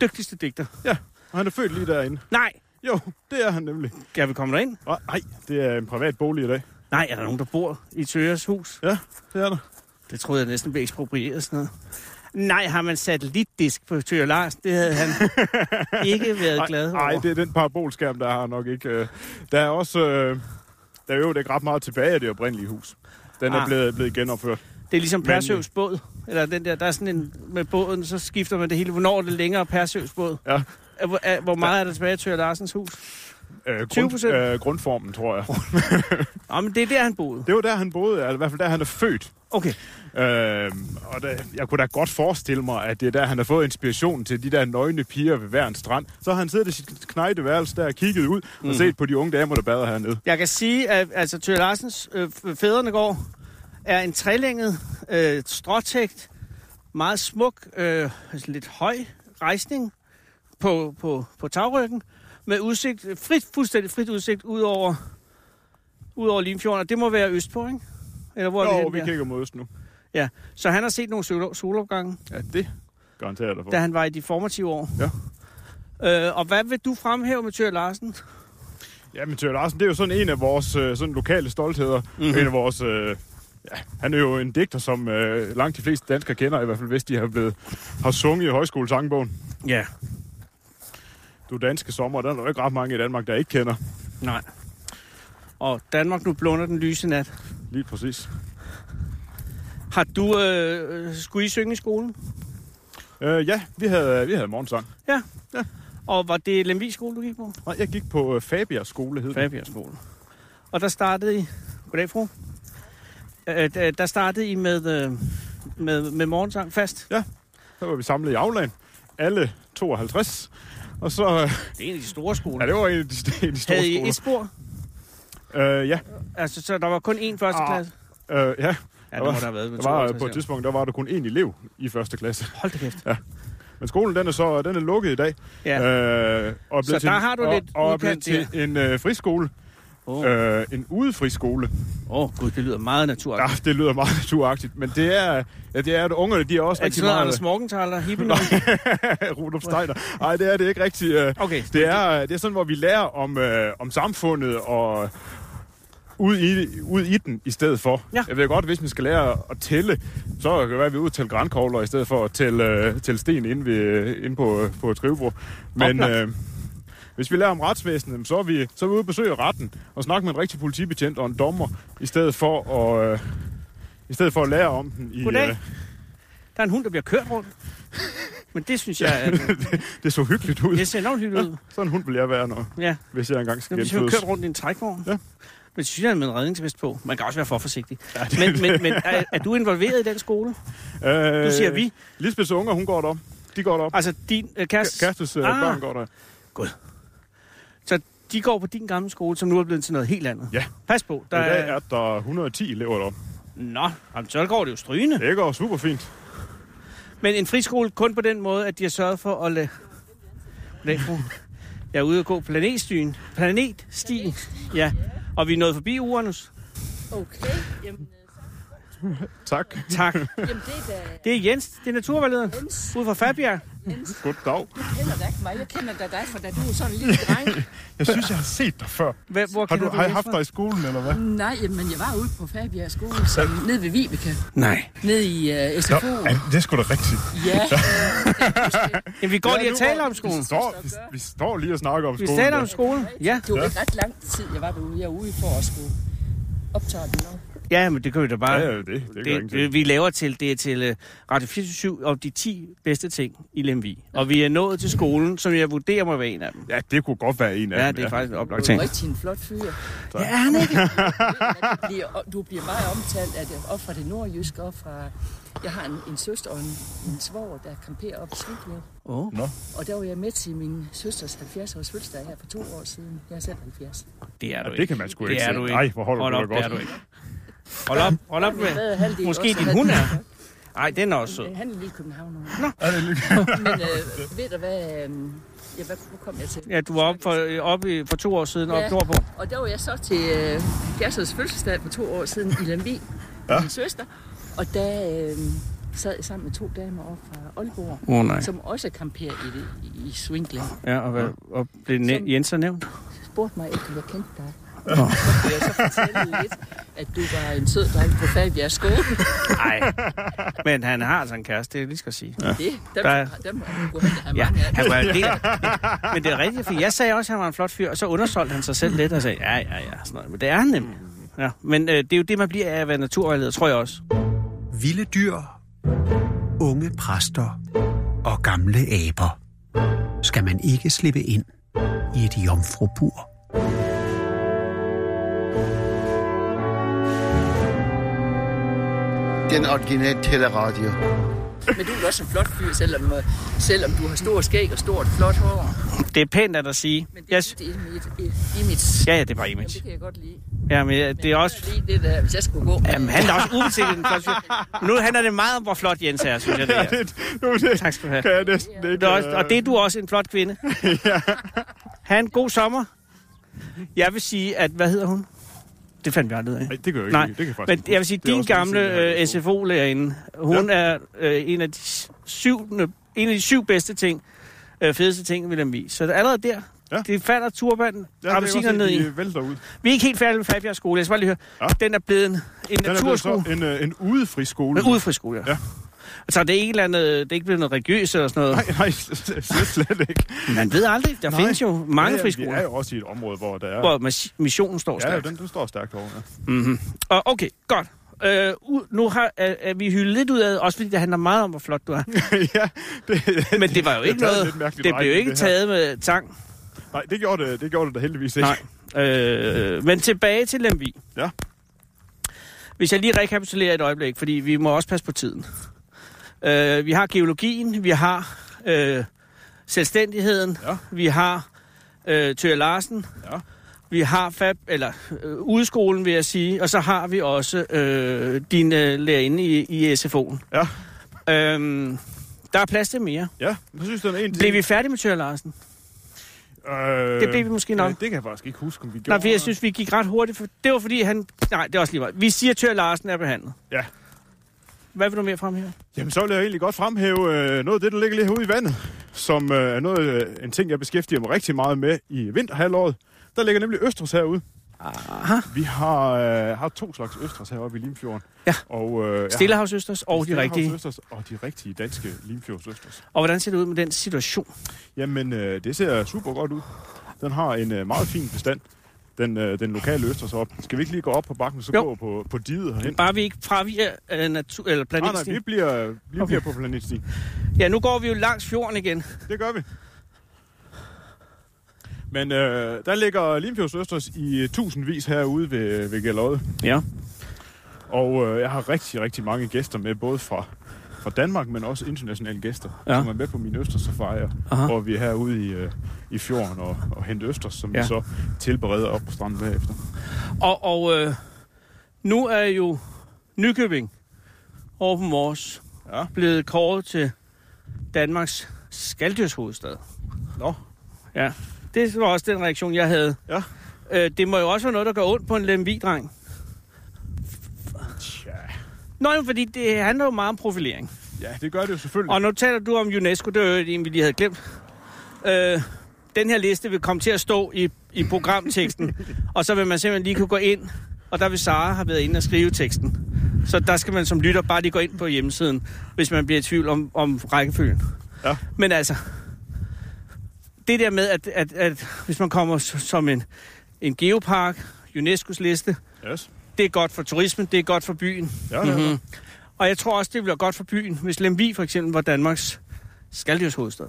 B: dygtigste digter.
C: Ja, og han er født lige derinde.
B: Nej,
C: Jo, det er han nemlig.
B: jeg vil komme derind.
C: Og, nej, det er en privat bolig i dag.
B: Nej, er der nogen, der bor i Tøgers hus?
C: Ja, det er der.
B: Det troede jeg næsten blev eksproprieret sådan noget. Nej, har man satellitdisk på Tøger Larsen? Det havde han ikke været glad over.
C: Nej, det er den parabolskærm, der har nok ikke... Øh, der er også... Øh, der er jo ikke ret meget tilbage af det oprindelige hus. Den ah. er
B: Ah.
C: blevet, blevet genopført.
B: Det er ligesom
C: Men-
B: Persøvs båd. Eller den der, der er sådan en, med båden, så skifter man det hele. Hvornår er det længere Persøvs båd?
C: Ja.
B: Er- Hvor, er, hvor meget er der tilbage i Tøger Larsens hus?
C: Øh, grund,
B: 20%?
C: øh, grundformen, tror jeg.
B: Nå, men det er der, han boede.
C: Det var der, han boede, eller i hvert fald der, han er født.
B: Okay.
C: Øh, og der, jeg kunne da godt forestille mig, at det er der, han har fået inspiration til de der nøgne piger ved hver en strand. Så har han siddet i sit knejte værelse der og kigget ud
B: Mhm.
C: mm. og set på de unge damer, der bader hernede.
B: Jeg kan sige, at altså, Tøger Larsens øh, Fædrenegård er en trelænget, øh, stråtægt, meget smuk, øh, altså lidt høj rejsning på, på, på tagryggen, med udsigt, frit, fuldstændig frit udsigt ud over, ud over Limfjorden, og det må være østpå, ikke? Eller hvor er vi,
C: Jo,
B: henne
C: vi
B: der?
C: kigger mod øst nu.
B: Ja, så han har set nogle sol- solopgange,
C: Ja, det garanterer jeg dig for.
B: da han var i de formative år.
C: Ja.
B: Øh, og hvad vil du fremhæve med Tør Larsen?
C: Jamen, Tør Larsen, det er jo sådan en af vores øh, sådan lokale stoltheder. Mm-hmm.
B: Mhm.
C: En af vores... Øh, ja, han er jo en digter, som øh, langt de fleste danskere kender, i hvert fald hvis de har, blevet, har sunget i højskolesangbogen.
B: Ja,
C: Du danske sommer, der er der jo ikke ret mange i Danmark, der ikke kender.
B: nej. Og Danmark nu blunder den lyse nat.
C: Lige præcis.
B: Har du... Øh, øh, skulle I synge i skolen?
C: Øh, ja, vi havde, vi havde morgensang.
B: Ja. ja. Og var det Lemvig skole, du gik på?
C: Og jeg gik på øh, Fabias skole, hed den.
B: Fabjerg skole. Og der startede I... Goddag, fru. Øh, d- der startede I med, øh, med, med morgensang fast.
C: Der var vi samlet i aflagen. Alle 52. Og så... Øh,
B: Det er en af de store skoler.
C: ja, det var en af de, en af de store
B: Havde I
C: skoler.
B: et spor?
C: Øh, ja,
B: Altså, så der var kun én første
C: Ah,
B: klasse?
C: øh, ja.
B: Ja,
C: der
B: det
C: var-
B: må der have været. altså, med
C: Der var, øh,
B: 52
C: på et
B: år.
C: tidspunkt, der var der kun én elev i første klasse.
B: Hold da kæft.
C: Men skolen, den er så den er lukket i dag.
B: Ja.
C: Øh, og er blevet
B: Så
C: til
B: der
C: en-
B: har du
C: og,
B: lidt
C: og er
B: udkant
C: blevet til en øh, friskole.
B: Åh,
C: Oh.
B: øh.
C: Øh, en udefriskole.
B: oh, gud, det lyder meget naturligt.
C: Ja, det lyder meget naturagtigt, men det er, ja, det er at ungerne, de er også
B: er det
C: rigtig
B: sådan noget,
C: meget...
B: Anders Morgenthaler, hippie
C: Rudolf Steiner. Nej, det er det ikke rigtigt. Øh,
B: Okay,
C: det, er, det er sådan, hvor vi lærer om, øh, om samfundet og ud i, ud i den i stedet for.
B: Ja.
C: Jeg ved godt, hvis man skal lære at tælle, så kan det være, at vi er ude og tælle grænkogler i stedet for at tælle, øh, tælle sten inde, ved, inde på, øh, på et skrivebord. Men
B: Oplagt.
C: øh, hvis vi lærer om retsvæsenet, jamen, så er, vi, så er vi ude og besøge retten og snakke med en rigtig politibetjent og en dommer, i stedet for at, øh, i stedet for at lære om den i... øh,
B: Goddag. Der er en hund, der bliver kørt rundt. Men det synes jeg, at,
C: det så hyggeligt ud.
B: det ser enormt hyggeligt ud.
C: Sådan en hund vil jeg være, når,
B: Ja,
C: hvis jeg engang skal
B: Jamen, hvis man
C: genfødes.
B: kørt rundt i en trækvogn.
C: Ja.
B: Men det synes jeg, med en redningsvest på. Man kan også være for forsigtig. Ja, men men, men er, er, du involveret i den skole?
C: Øh,
B: Du siger vi.
C: Lisbeths unger, hun går derop. De går derop.
B: Altså, din øh, kæreste,
C: Kærestes øh,
B: Ah.
C: børn går derop.
B: de går på din gamle skole, som nu er blevet til noget helt andet.
C: Ja.
B: Pas på. Der
C: Der... I dag
B: er...
C: er der 110 elever derop.
B: Nå, jamen, så går det jo strygende.
C: Det går super fint.
B: Men en friskole kun på den måde, at de har sørget for at lade... Goddag, fru. Jeg er ude og gå planetstien. Planetstien. Ja. Og vi er nået forbi Uranus.
D: Okay, jamen, øh, så-
C: Tak.
B: Tak.
D: jamen det er da
B: Det er Jens. Det er naturvejlederen. Ude fra Fabjerg.
C: Goddag.
D: heller da ikke mig. Jeg kender da dig, for da du er sådan en lille dreng.
C: Jeg synes, jeg har set dig før.
B: Hvor, hvor
C: Har,
B: kender
C: du, har jeg
B: Jens
C: haft
B: fra?
C: dig i skolen, eller hvad?
D: Nej, jamen, jeg var ude på Fabia skole, som, nede ved Vibeke,
B: Nej.
D: nede i uh, SFO.
C: Ej, det er sgu da rigtigt.
D: Ja,
B: Jamen, vi går
C: Ja,
B: lige og
C: nu-
B: taler om skolen.
C: Vi står, vi, vi står lige og snakker om
B: Vi
C: skolen.
B: taler om
C: ja.
B: skolen. Ja.
D: det var ikke ret lang tid, jeg var derude. Jeg var ude for at skulle optage den nu.
B: Ja, men det kan vi da bare...
C: Ja, ja, det, det, det,
B: Det,
C: det,
B: det, vi laver til, det er til øh, Radio 24 om de 10 bedste ting i Lemvi. Og vi er nået til skolen, som jeg vurderer må være en af dem.
C: Ja, det kunne godt være en af
B: Ja,
C: dem.
B: det er faktisk en oplagt
D: Du
B: ting.
D: er rigtig en flot fyr.
B: Ja, er han ikke?
D: Du bliver, du bliver meget omtalt af det, op fra det nordjyske, op fra... Jeg har en, en søster og en, en svoger, der kamperer op i Slutlev.
B: Åh.
D: Og der var jeg med til min søsters 70-års fødselsdag her for to år siden. Jeg er selv 70.
B: Det er du
C: Ja,
B: ikke.
C: det kan man sgu
B: Det
C: ikke
B: er
C: sige.
B: du ikke.
C: Ej, hvor holder
B: Hold
C: du
B: op,
C: dig
B: det er
C: godt.
B: du ikke. Hold op, hold op med. Måske din hund er. Ej, den er også sød.
D: Øh, Han er lige i København nu. Nå. Men øh, ved du hvad... Øh, ja, hvad hvor kom jeg til?
B: Ja, du var oppe for, øh, op i, for to år siden, op
D: Ja.
B: nordpå.
D: Og der var jeg så til øh, 70 års fødselsdag for to år siden i Lemvi. Ja. Min søster. Og der øh, sad jeg sammen med to damer op fra Aalborg,
B: Åh oh, nej.
D: som også kamperer i, det, i Swingland.
B: Ja, og, hvad, og blev næ-
D: Som-
B: Jens så nævnt?
D: spurgte mig, efter jeg kendte dig. Så kunne jeg så fortælle lidt, at du var en sød dreng på Fabias skole.
B: Nej. Men han har altså en kæreste, det er jeg lige skal sige. Ja.
D: Det, dem,
B: Der-
D: dem kunne han da have
B: Ja,
D: mange af.
B: han var en del. Men det er rigtigt, for jeg sagde også, at han var en flot fyr, og så undersolgte han sig selv lidt og sagde, ja, ja, ja, sådan noget. Men det er han nemlig. Ja, men øh, det er jo det, man bliver af at være naturvejleder, tror jeg også.
A: Vilde dyr, unge præster og gamle aber skal man ikke slippe ind i et jomfrubur.
E: Den originale teleradio.
D: Men du er også en flot fyr, selvom, øh, selvom du har stor skæg og stort flot hår.
B: Det er pænt at sige.
D: Men det er
B: Yes.
D: yes. dit mit, et image.
B: Ja, ja, det er bare
D: Jamen, det
B: image.
D: kan jeg godt lide.
B: Ja, men øh, det er også...
D: Jeg kan lide det der, hvis jeg skulle gå.
B: Jamen, han er også ubetinget den første fyr. Nu handler det meget om, hvor flot Jens er, synes jeg, det
C: Ja,
B: er.
C: det, nu, er det
B: Tak skal du have.
C: kan jeg næsten ikke.
B: Det er også,
C: øh,
B: og det er du også, en flot kvinde. Ha' en god sommer. Jeg vil sige, at... Hvad hedder hun? Det fandt vi aldrig ud af.
C: Nej, det gør jeg ikke.
B: Nej,
C: det kan jeg
B: men
C: faktisk.
B: jeg vil sige,
C: Det er
B: din
C: også en
B: gamle
C: ting, jeg har
B: øh,
C: ikke fået.
B: SFO-lærerinde, hun er øh, en, af de syvende, en af de syv bedste ting, øh, fedeste ting, William Vig. Så det er allerede der.
C: Ja.
B: Det falder turbanden,
C: Ja, det er
B: appelsiner
C: også,
B: ned
C: at
B: i.
C: de vælter ud.
B: Vi er ikke helt færdige med Fabjergs skole. Jeg skal bare lige høre.
C: Ja.
B: Den er blevet en, en
C: Den er blevet så
B: naturskole.
C: en, øh, en udefri skole.
B: Men udefri skole, ja.
C: Ja.
B: Så det er ikke, et eller andet, det er ikke blevet noget religiøst eller sådan noget.
C: Nej, nej, slet, slet ikke.
B: Man ved aldrig. Der
C: Nej.
B: findes jo mange
C: ja,
B: friskoler,
C: Vi er jo også i et område, hvor der er...
B: hvor mas- missionen står
C: ja,
B: stærkt.
C: den, den står stærkt over. Ja.
B: Mm-hmm. Og okay, godt. Øh, u- nu har øh, øh, vi hyldet lidt ud af, også fordi det handler meget om, hvor flot du er.
C: ja, det,
B: Men det var jo ikke
C: taget en
B: noget,
C: lidt
B: det
C: mærkelig
B: blev
C: drejning,
B: jo ikke
C: det her.
B: taget med tang.
C: Nej, det gjorde det, det, gjorde det da heldigvis ikke.
B: Nej. Øh, men tilbage til Lemvi.
C: Ja.
B: Hvis jeg lige rekapitulerer et øjeblik, fordi vi må også passe på tiden. Øh, vi har geologien, vi har øh, selvstændigheden,
C: Ja.
B: vi har øh, Tøger Larsen,
C: Ja.
B: vi har fab, eller øh, udskolen vil jeg sige, og så har vi også øh, din øh, lærerinde i, i SFO'en.
C: Ja.
B: Øhm, der er plads til mere.
C: Ja, jeg synes, den er en
B: Blev vi færdige med Tøger Larsen?
C: Øh,
B: Det blev vi måske nok.
C: Ja, det kan jeg faktisk ikke huske, om vi gjorde.
B: Nej, for jeg synes, vi gik ret hurtigt. For det var fordi, han... Nej, det er også lige meget. Vi siger, at Tør Larsen er behandlet.
C: Ja.
B: Hvad vil du mere frem her?
C: Jamen, så vil jeg egentlig godt fremhæve øh, noget af det, der ligger lige herude i vandet, som øh, er noget, øh, en ting, jeg beskæftiger mig rigtig meget med i vinterhalvåret. Der ligger nemlig østers herude. Aha. Vi har, øh, har to slags østers heroppe i Limfjorden.
B: Ja.
C: Og, øh, jeg har-
B: Stillehavsøsters og de rigtige.
C: Østers og de rigtige danske Limfjordsøsters.
B: Og hvordan ser det ud med den situation?
C: Jamen, øh, det ser super godt ud. Den har en øh, meget fin bestand, den, øh, den lokale østers op. Skal vi ikke lige gå op på bakken, så
B: Jo.
C: jo. gå på, på diget herhen?
B: Bare vi ikke fraviger øh, natur- eller
C: Ah, Nej, nej, vi
B: planetstien.
C: bliver, vi
B: Okay.
C: okay. bliver på planetstien.
B: Ja, nu går vi jo langs fjorden igen.
C: Det gør vi. Men øh, der ligger Limfjords Østers i øh, tusindvis herude ved, ved Gellodde.
B: Ja.
C: Og øh, jeg har rigtig, rigtig mange gæster med, både fra, fra Danmark, men også internationale gæster,
B: Ja.
C: ja. som er med på mine østersafarier,
B: Aha.
C: hvor vi er herude i, øh, i fjorden og, og henter østers, som ja.
B: Ja.
C: vi så tilbereder op på stranden bagefter.
B: Og, og øh, nu er jo Nykøbing over på Mors
C: Ja.
B: blevet kåret til Danmarks skaldyrshovedstad.
C: Nå.
B: Ja, det var også den reaktion, jeg havde.
C: Ja.
B: Øh, det må jo også være noget, der gør ondt på en lemvi-dreng.
C: Tja.
B: Nå, jo, fordi det handler jo meget om profilering.
C: Ja, det gør det jo selvfølgelig.
B: Og nu taler du om UNESCO, det er jo en, vi lige havde glemt. Øh, den her liste vil komme til at stå i, i programteksten, og så vil man simpelthen lige kunne gå ind, og der vil Sara have været inde og skrive teksten. Så der skal man som lytter bare lige gå ind på hjemmesiden, hvis man bliver i tvivl om, om rækkefølgen.
C: Ja.
B: Men altså, det der med, at, at, at hvis man kommer s- som en, en geopark, UNESCO's liste,
C: Yes.
B: det er godt for turismen, det er godt for byen.
C: Ja, ja, ja.
B: Mhm. Og jeg tror også, det bliver godt for byen, hvis Lemvi for eksempel var Danmarks skaldyrshovedstad.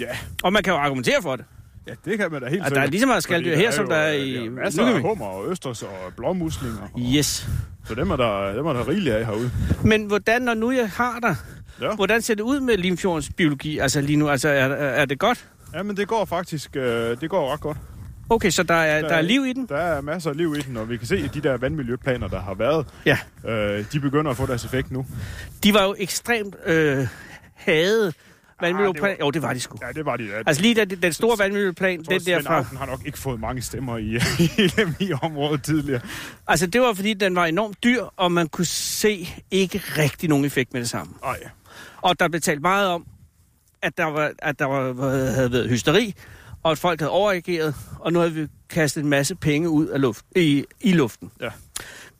C: ja.
B: Og man kan jo argumentere for det.
C: ja, det kan man da helt
B: Og der er
C: sikkert.
B: lige så meget
C: Fordi
B: skaldyr her, som
C: jo,
B: der er
C: øh,
B: i
C: ja, masser af
B: Nykøbing.
C: hummer og østers og blåmuslinger. Og,
B: Yes.
C: Så dem er der, dem er der rigeligt af herude.
B: Men hvordan, når nu jeg har dig,
C: Ja.
B: hvordan ser det ud med Limfjordens biologi? Altså lige nu, altså er, er det godt?
C: Ja, men det går faktisk øh, det går ret godt.
B: Okay, så der er, der, er liv i den?
C: Der er masser af liv i den, og vi kan se, at de der vandmiljøplaner, der har været,
B: Ja.
C: øh, de begynder at få deres effekt nu.
B: De var jo ekstremt øh, hadet. Vandmiljøplan.
C: Ah, det
B: Jo, det var de sgu.
C: Ja, det var de. Ja.
B: Altså lige da den den store vandmiljøplan,
C: Jeg tror,
B: den der
C: Svend
B: fra...
C: Auken har nok ikke fået mange stemmer i, i, i området tidligere.
B: Altså det var fordi, den var enormt dyr, og man kunne se ikke rigtig nogen effekt med det samme.
C: Ej, ja.
B: Og der blev talt meget om, at der, var, at der var, hvad- havde været hysteri, og at folk havde overreageret, og nu havde vi kastet en masse penge ud af luft, i, i luften.
C: Ja.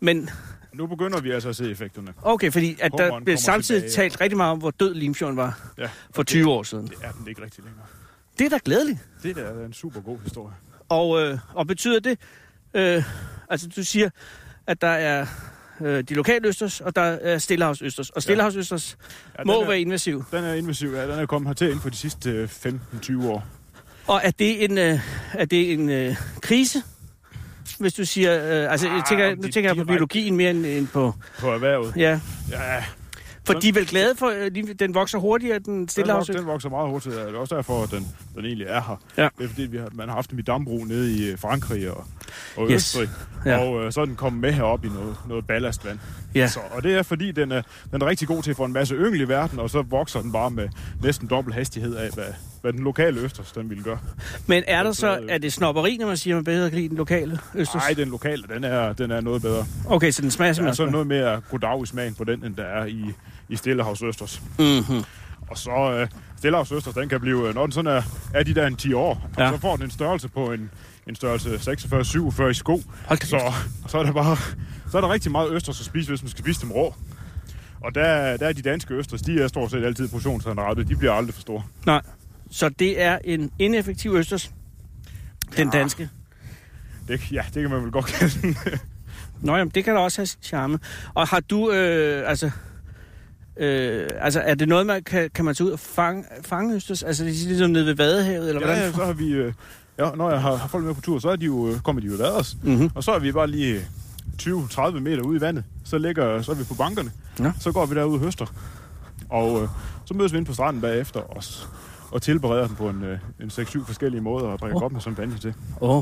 B: Men
C: Nu begynder vi altså at se effekterne.
B: okay, fordi at der
C: Hummeren
B: blev
C: kommer
B: samtidig
C: tilbage,
B: talt rigtig meget om, hvor død Limfjorden var
C: Ja,
B: for 20 år siden.
C: det er den ikke rigtig længere.
B: Det er da glædeligt.
C: Det der er en super god historie.
B: Og, øh, og betyder det, øh, altså du siger, at der er øh, de lokale østers, og der er stillehavsøsters. Og stillehavsøsters ja.
C: Ja,
B: må
C: den,
B: være
C: er,
B: invasiv.
C: den er invasiv, ja. Den er kommet hertil inden for de sidste øh, 15-20 år.
B: Og er det en, øh, er det en øh, krise? Hvis du siger, øh, altså jeg
C: Ah,
B: tænker,
C: om
B: nu
C: det
B: tænker jeg på
C: direkte-
B: biologien mere end, end på,
C: På erhvervet.
B: ja.
C: Ja,
B: For
C: Så-
B: de er vel glade for, øh, lige- den vokser hurtigere, den
C: den, vok,
B: stillehavsø.
C: den vokser meget hurtigt. og Det er også derfor, at den, den egentlig er her.
B: Ja.
C: Det er fordi, vi har, man har haft dem i dambrug nede i øh, Frankrig og, og
B: Yes.
C: Østrig.
B: Ja.
C: Og øh, så er den kommet med herop i noget, noget ballastvand.
B: Ja.
C: Så, og det er fordi, den er, den er rigtig god til at få en masse yngel i verden, og så vokser den bare med næsten dobbelt hastighed af, hvad, hvad den lokale østers den ville gøre.
B: Men er der så, er det snopperi, når man siger, at man bedre kan lide den lokale østers?
C: Nej, den lokale, den er, den er noget bedre.
B: Okay, så den smager
C: Der er
B: simpelthen.
C: sådan noget mere goddag i smagen på den, end der er i, i Stillehavsøsters.
B: Mm-hmm.
C: Og så øh, Stillehavsøsters, den kan blive, øh, når den sådan er, er de der en 10 år,
B: Ja.
C: ja. så får den en størrelse på en, en størrelse 46-47 i sko.
B: Hold da
C: Så, så er der bare så er der rigtig meget østers at spise, hvis man skal spise dem rå. Og der, der er de danske østers, de er stort set altid portionsanrettet. De bliver aldrig for store.
B: Nej. Så det er en ineffektiv østers, den
C: Ja.
B: danske.
C: Det, ja, det kan man vel godt kalde den.
B: Nå jamen, det kan da også have sin charme. Og har du, øh, altså, øh, altså, er det noget, man kan, kan man tage ud og fange, fange østers? Altså, det er ligesom nede ved Vadehavet, eller
C: ja,
B: hvordan?
C: ja, så har vi... Øh, ja, når jeg har, har folk med på tur, så er de jo, øh, kommer de jo ved os.
B: Mm-hmm.
C: Og så er vi bare lige 20-30 meter ude i vandet. Så, ligger, så er vi på bankerne.
B: Nå.
C: Så går vi derude og høster. Og øh, så mødes vi inde på stranden bagefter os og tilbereder dem på en, øh, en 6-7 forskellige måder og drikker
B: Åh.
C: oh. op med champagne til.
B: Oh.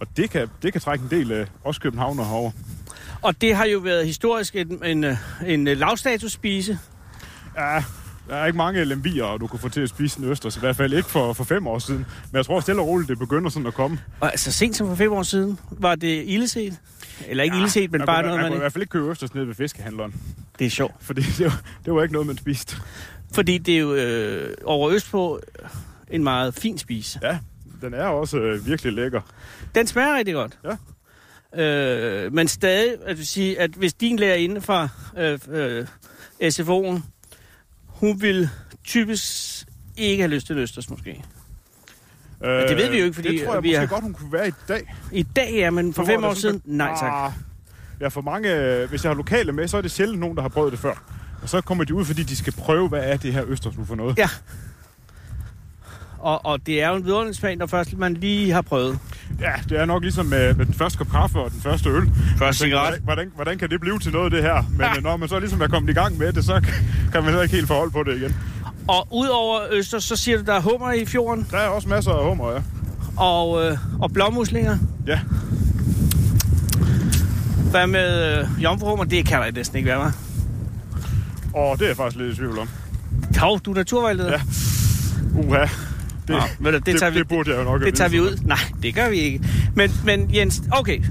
C: Og det kan, det kan trække en del øh, også københavner herover.
B: Og det har jo været historisk en, en, øh, en øh, lavstatusspise.
C: Ja, der er ikke mange lembier, du kan få til at spise en østers. I hvert fald ikke for, for fem år siden. Men jeg tror stille og roligt, det begynder sådan at komme.
B: Og altså, sent som for fem år siden var det ildeset. Eller ikke ja, ildeset, men
C: man
B: bare
C: kunne,
B: noget,
C: man
B: man...
C: kunne i
B: Ikke...
C: hvert fald ikke købe østers nede ved fiskehandleren.
B: Det er sjovt.
C: Fordi det var, det var ikke noget, man spiste.
B: Fordi det er jo øh, over Østpå øh, en meget fin spise.
C: Ja, den er også øh, virkelig lækker.
B: Den smager rigtig godt.
C: Ja.
B: Øh, men stadig, at du sige, at hvis din lærerinde fra øh, øh, SFO'en, hun vil typisk ikke have lyst til Østers måske.
C: Øh,
B: det ved vi jo ikke, fordi øh,
C: Det tror jeg
B: vi
C: vi måske
B: er-
C: er... godt, hun kunne være i dag.
B: I dag ja, men for
C: Nu, hvor
B: fem
C: der
B: år siden,
C: sådan-
B: nej tak.
C: Ah, Jeg har for mange... øh, Hvis jeg har lokale med, så er det sjældent nogen, der har prøvet det før. Og så kommer de ud, fordi de skal prøve, hvad er det her østers nu for noget.
B: Ja. Og, og det er jo en vidunderligsplan, når først man lige har prøvet.
C: Ja, det er nok ligesom med, med den første kop kaffe og den første øl.
B: Første
C: Hvordan, hvordan, hvordan kan det blive til noget, det her? Men øh, når man så ligesom er kommet i gang med det, så kan- kan man så ikke helt forholde på det igen.
B: Og udover Østers, så siger du, der er hummer i fjorden,
C: Der er også masser af hummer, ja.
B: og, øh, og blåmuslinger.
C: Ja,
B: Hvad med øh, jomfruhummer? Det kan der næsten ikke være, hva'?
C: og det er jeg faktisk lidt i tvivl om.
B: Hov, du er naturvejleder.
C: Ja, Uha, det,
B: Nå, ved du, det,
C: det,
B: tager
C: det,
B: vi,
C: det burde jeg jo nok
B: det tager vi ud. Nej, det gør vi ikke. Men, men Jens, okay.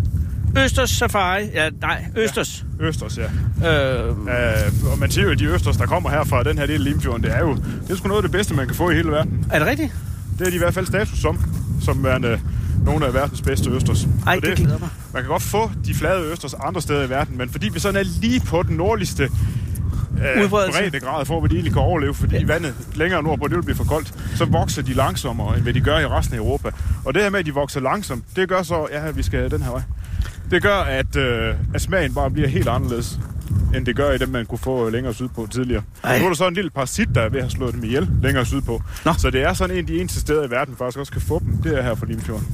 B: Østers Safari. Ja, nej, Østers.
C: Østers, ja.
B: Ja. Øh,
C: Øh, og man siger jo, at de østers, der kommer her fra den her del af Limfjorden, det er jo det er sgu noget af det bedste, man kan få i hele verden.
B: er det rigtigt?
C: Det er de i hvert fald status som, som værende nogle af verdens bedste østers.
B: Ej,
C: Og
B: det glæder mig.
C: Man kan godt få de flade østers andre steder i verden, men fordi vi sådan er lige på den nordligste øh,
B: Udbredelse.
C: breddegrad, for at de egentlig kan overleve, fordi ja. vandet længere nordpå, det vil blive for koldt, så vokser de langsommere, end hvad de gør i resten af Europa. Og det her med, at de vokser langsomt, det gør så, ja, vi skal den her vej. Det gør, at, øh, at smagen bare bliver helt anderledes, end det gør i dem, man kunne få længere sydpå tidligere.
B: Ej.
C: Ej. Nu er der så en lille parasit, der er ved at have slået dem ihjel længere sydpå.
B: Nå.
C: Så det er sådan en af de eneste steder i verden, faktisk også kan få dem. Det er her fra Limfjorden.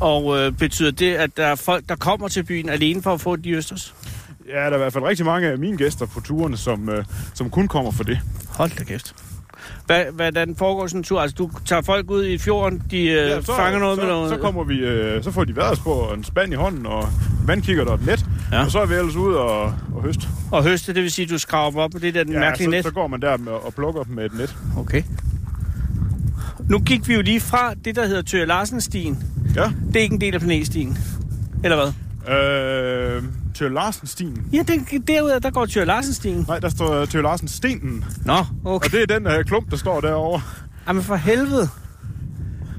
B: Og øh, betyder det, at der er folk, der kommer til byen alene for at få de Østers?
C: Ja, der er i hvert fald rigtig mange af mine gæster på turene, som, øh, som kun kommer for det.
B: Hold da kæft. Hvad, hvordan foregår sådan en tur? Altså, du tager folk ud i fjorden, de øh, ja, så, fanger noget
C: så,
B: med noget...
C: Så, kommer vi, øh, så får de været på og en spand i hånden og vandkigger og et net.
B: Ja.
C: Ja. Og så er vi ellers ude og, og høste.
B: Og høste, det vil sige, at du skraber dem op med det der ja, mærkelige
C: så,
B: net?
C: så går man der med, og plukker dem med et net.
B: Okay. Nu gik vi jo lige fra det, der hedder Tøger Larsen-stien.
C: Ja.
B: Det er ikke en del af planetstien. Eller hvad?
C: Øh, Tør Larsen-stien.
B: Ja, den, derude der går Tjør Larsenstien.
C: Nej, der står Tør Larsen-stenen.
B: Nå,
C: Og
B: okay.
C: det er den øh, klump, der står derovre.
B: Jamen for helvede.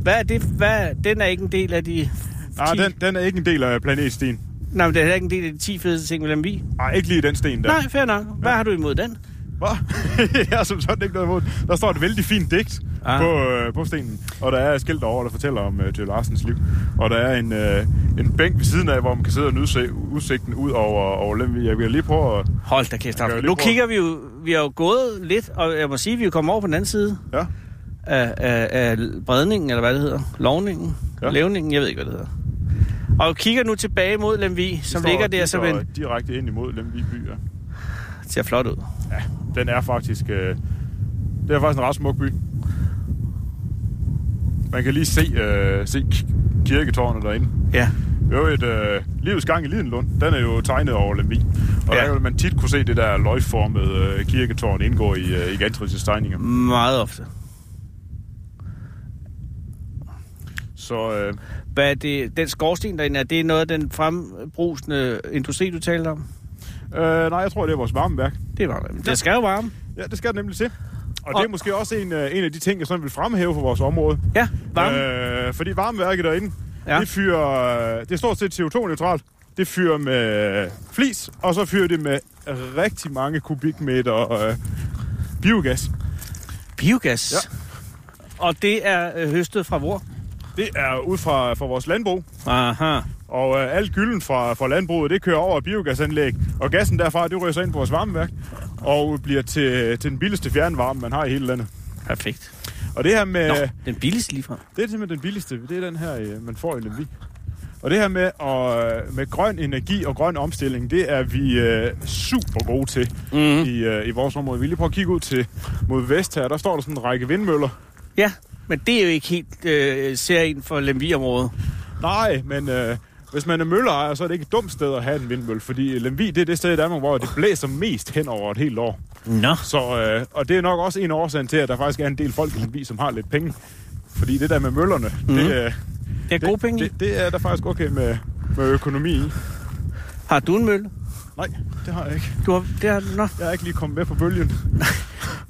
B: Hvad er det? Hvad? Den er ikke en del af de...
C: Nej,
B: 10
C: den, den er ikke en del af planetstien.
B: Nej, men det er heller ikke en del af de 10 fedeste ting ved Lemvi.
C: Nej, ikke lige den sten der.
B: Nej, fair nok. Hvad har du imod den?
C: Hvad? jeg har som sådan ikke noget imod. den. Der står et vældig fint digt
B: Ah.
C: ah. på, øh, på stenen, og der er et skilt over, der fortæller om øh, Tøj Larsens liv. Og der er en, øh, en bænk ved siden af, hvor man kan sidde og nyde se, udsigten ud over, over Lemvig. Jeg vil lige prøve at...
B: Hold da kæft,
C: Jeg kan
B: Aften.
C: jo lige
B: Nu
C: prøve-
B: kigger vi jo... Vi har jo gået lidt, og jeg må sige, at vi er kommet over på den anden side
C: Ja.
B: af, af, af bredningen, eller hvad det hedder. Lovningen. Ja.
C: Ja.
B: Levningen, jeg ved ikke, hvad det hedder. Og kigger nu tilbage mod Lemvi, som
C: står
B: ligger
C: og
B: der som
C: kigger
B: en...
C: Direkte ind imod Lemvig by. Ja.
B: ser flot ud.
C: Den er faktisk... Øh, det er faktisk en ret smuk by. Man kan lige se, øh, se ki- kirketårnet derinde.
B: Ja.
C: Jo, et øh, livets gang i Lidenlund, den er jo tegnet over Lemvig. Og
B: Ja.
C: ja. der vil man tit kunne se det der løgformede øh, kirketårn indgå i, øh, i Gantris' tegninger.
B: Meget ofte.
C: Så øh,
B: Hvad er det, den skorsten derinde, er det noget af den frembrusende industri, du talte om?
C: øh, nej, jeg tror, det er vores varmeværk.
B: Det var det. Det skal jo varme.
C: Ja, det skal det nemlig til. Og,
B: Og-
C: det er måske også en, øh, en af de ting, jeg sådan vil fremhæve for vores område.
B: Ja, varme. Øh,
C: Øh, fordi varmeværket derinde,
B: Ja.
C: ja. det, fyrer, øh, det er stort set CO2-neutralt. Det fyrer med øh, flis, og så fyrer det med rigtig mange kubikmeter øh, biogas.
B: Øh, Biogas. Ja.
C: ja.
B: Og det er øh, høstet fra hvor?
C: Det er ud fra, fra vores landbrug.
B: Aha.
C: Og øh, alt gylden fra, fra landbruget, det kører over et biogasanlæg. Og gassen derfra, det ryger så ind på vores varmeværk. Og bliver til, til den billigste fjernvarme, man har i hele landet.
B: Perfekt.
C: Og det her med...
B: Nå, den billigste ligefrem.
C: Det er simpelthen den billigste. Det er den her, øh, man får i Lemvig. Og det her med, at, øh, med grøn energi og grøn omstilling, det er vi øh, super gode til
B: Mhm.
C: mm-hmm. i, øh, i vores område. Vi lige prøver at kigge ud til mod vest her. Der står der sådan en række vindmøller.
B: Ja, men det er jo ikke helt øh, serien for Lemvi-området.
C: Nej, men øh, hvis man er møllerejer, så er det ikke et dumt sted at have en vindmølle, fordi Lemvig, det er det sted i Danmark, hvor det blæser mest hen over et helt år.
B: Nå.
C: Så, øh, og det er nok også en af årsagen til, at der faktisk er en del folk i Lemvig, som har lidt penge. Fordi det der med møllerne, mm-hmm. det, øh,
B: Det Mhm. er gode
C: det,
B: penge i.
C: det, det er der faktisk okay med, med økonomi i.
B: Har du en mølle?
C: Nej, det har jeg ikke.
B: Du har, det har du, nå.
C: Jeg er ikke lige kommet med på bølgen.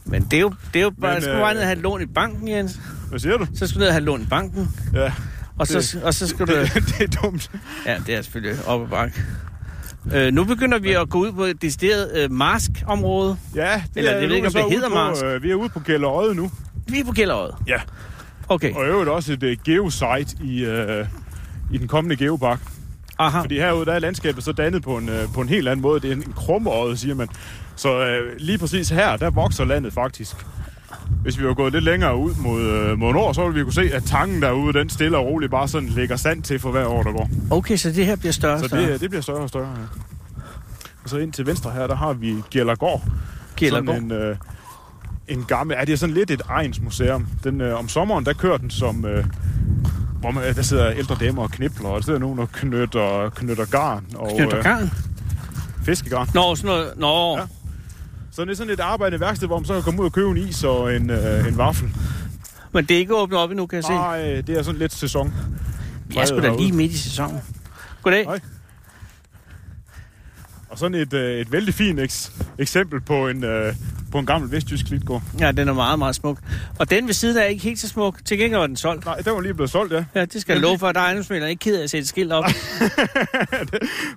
B: Men det er jo, det er jo bare, men,
C: Men,
B: skal du bare
C: øh,
B: ned og have et lån i banken, Jens.
C: Hvad siger du?
B: Så skal du ned og have et lån i banken.
C: Ja,
B: Og så,
C: Det-
B: og så skal
C: det,
B: du...
C: det, det er dumt.
B: Ja, det er selvfølgelig op ad bakke. Øh, nu begynder vi at gå ud på et decideret øh, marsk-område.
C: Ja, det
B: Eller
C: er,
B: jeg ved
C: nu er
B: ikke, om
C: så
B: det
C: ude
B: hedder
C: på,
B: Mars.
C: Øh, vi er ude på Gælderøde nu.
B: Vi er på Kælderøjet.
C: Ja.
B: Okay,
C: Og i øvrigt også et øh, geosite i, øh, i den kommende geopark.
B: aha.
C: Fordi herude der er landskabet så dannet på en, øh, på en helt anden måde. Det er en, en krummeøjet, siger man. Så øh, lige præcis her, der vokser landet faktisk. Hvis vi var gået lidt længere ud mod, øh, mod nord, så ville vi kunne se, at tangen derude, den stille og roligt bare sådan lægger sand til for hver år, der går.
B: Okay, så det her bliver større og
C: Så
B: større.
C: det, det bliver større og større. Ja. Og så ind til venstre her, der har vi Gjellergård.
B: Gjellergård.
C: Sådan en, øh, en gammel... Ja, det er sådan lidt et egensmuseum. Den, øh, om sommeren, der kører den som... Øh, hvor man, øh, der sidder ældre damer og knibler, og der sidder nogen og knytter, knytter garn og
B: Knytter garn.
C: Øh, fiskegarn.
B: Nå, sådan noget. Nå, ja.
C: Ja. Så det er sådan et arbejdende værksted, hvor man så kan komme ud og købe en is og en, øh, en vaffel.
B: men det er ikke åbnet op endnu, kan jeg se.
C: Nej, det er sådan lidt sæson.
B: Vi er sgu da lige midt i sæsonen. Goddag.
C: Hej. Og sådan et, øh, et vældig fint eks- eksempel på en, øh, på en gammel vestjysk klitgård.
B: Ja, den er meget, meget smuk. Og den ved siden af er ikke helt så smuk. Til gengæld var den solgt.
C: Nej, den var lige blevet solgt, ja.
B: Ja, det skal jeg love for. Der er ejendomsmælderen ikke ked af at sætte et skilt op.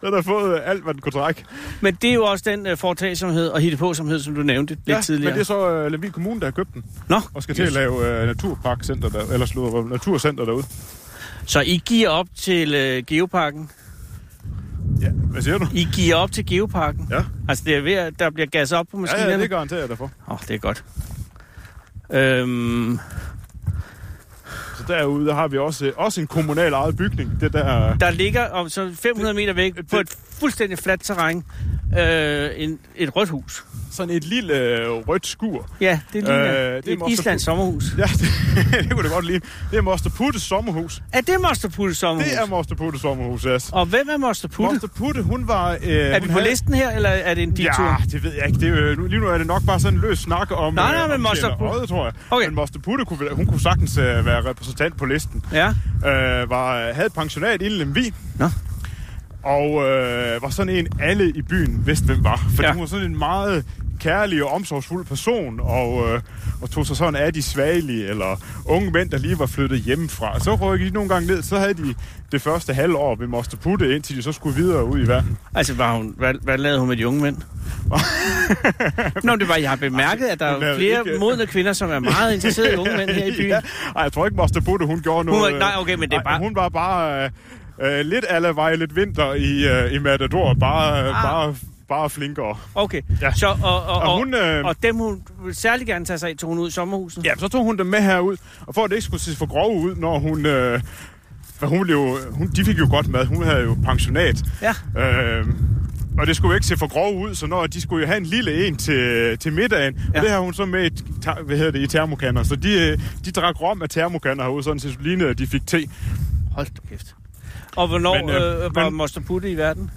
C: Den har fået øh, alt, hvad den kunne trække.
B: Men det er jo også den uh, foretagsomhed og hitte på somhed, som du nævnte lidt
C: ja,
B: tidligere.
C: men det er så øh, Lemvig Kommune, der har købt den.
B: Nå,
C: Og skal til at lave øh, naturparkcenter, der, eller sludder, naturcenter derude.
B: så I giver op til øh, Geoparken.
C: Ja, hvad siger du?
B: I giver op til Geoparken.
C: Ja.
B: Altså, det er ved, at der bliver gas op på
C: Ja,
B: maskinerne.
C: ja, det garanterer jeg dig for.
B: Åh, oh, det er godt. Øhm,
C: Så derude der har vi også, øh, også en kommunal ejet bygning. Det der, øh,
B: der ligger om så 500 meter væk på et fuldstændig fladt terræn øh, en, et rødt hus.
C: sådan et lille øh, rødt skur.
B: Ja, det ligner
C: Øh,
B: øh,
C: det er
B: et
C: Mosterput.
B: Islands sommerhus.
C: Ja, det, det kunne det godt ligne. Det er Moster Puttes sommerhus.
B: Er det Moster Putte sommerhus?
C: Det er Moster Puttes sommerhus, yes.
B: Og hvem er Moster Putte?
C: Moster Putte, hun var... Øh,
B: Er vi på listen her, eller er det en
C: Ja,
B: diktur?
C: det ved jeg ikke. Det, er jo- nu, lige nu er det nok bare sådan en løs snak om...
B: Nej, nej,
C: øh,
B: men
C: om
B: Moster
C: Kjeld og
B: Putte-
C: Odde, tror jeg.
B: Okay.
C: Men Moster Putte, kunne, vel- hun kunne sagtens øh, være repræsentant på listen.
B: Ja.
C: Øh, var, havde et pensionat i Lemvi.
B: Nå.
C: og øh, var sådan en, alle i byen vidste, hvem var. Fordi
B: Ja.
C: ja. hun var sådan en meget kærlig og omsorgsfuld person, og, øh, og tog sig sådan af de svagelige, eller unge mænd, der lige var flyttet hjemmefra. Så rykkede de nogle gange ned, så havde de det første halvår ved Moster Putte, indtil de så skulle videre ud i verden.
B: Altså, var hun, hvad, hvad lavede hun med de unge mænd? Nå, men det var, jeg har bemærket, at der
C: Altså, Hun
B: er
C: lavede
B: flere
C: ikke-
B: modne kvinder, som er meget interesserede i unge mænd her i byen.
C: ja. Ej, jeg tror ikke, Moster Putte, hun gjorde
B: var
C: noget... øh,
B: ikke- nej, okay, men det er
C: Ej,
B: bare-
C: Hun var bare øh, øh, lidt alle veje, lidt vinter i, øh, i Matador. Bare, øh,
B: Ah.
C: bare, bare flinkere.
B: Okay,
C: Ja.
B: så, og, og,
C: Og
B: og,
C: hun, øh,
B: og dem, hun vil særlig gerne tage sig af, tog hun ud i sommerhuset.
C: Ja, så tog hun dem med herud, og for at det ikke skulle se for grov ud, når hun... Øh, for hun, blev jo, hun de fik jo godt mad, hun havde jo pensionat.
B: Ja.
C: Øh, og det skulle jo ikke se for grov ud, så når de skulle jo have en lille en til, til middagen, ja.
B: Ja.
C: og det har hun så med i, ta- hvad hedder det, i termokanner. Så de, øh, de drak rom af termokanner herude, sådan så det lignede, at de fik te.
B: Hold da kæft. Og hvornår
C: Men,
B: men,
C: øh,
B: øh, øh, var
C: men-
B: Moster Putte i verden?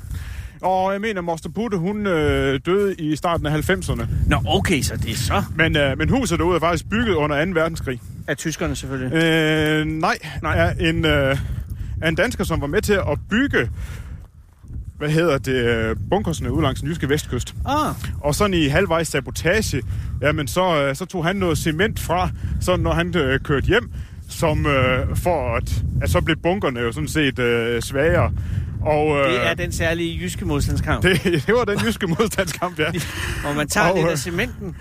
C: Og jeg mener, Moster Putte, hun øh, døde i starten af 90'erne.
B: Nå, okay, så det er så
C: Men, øh, men huset derude er faktisk bygget under 2. verdenskrig.
B: af tyskerne selvfølgelig.
C: Øh, nej,
B: Nej.
C: nej. Er, en, øh, er en dansker, som var med til at bygge hvad hedder det, øh, bunkersne ud langs den jyske vestkyst.
B: Ah,
C: Og sådan i halvvejs sabotage, jamen så, øh, så tog han noget cement fra, så når han øh, kørte hjem, som øh, for at, at så blev bunkerne jo sådan set øh, svagere. Og, øh,
B: det er den særlige jyske modstandskamp, det...
C: det, det var den jyske modstandskamp, ja.
B: hvor man tager
C: Og,
B: lidt
C: øh,
B: af cementen,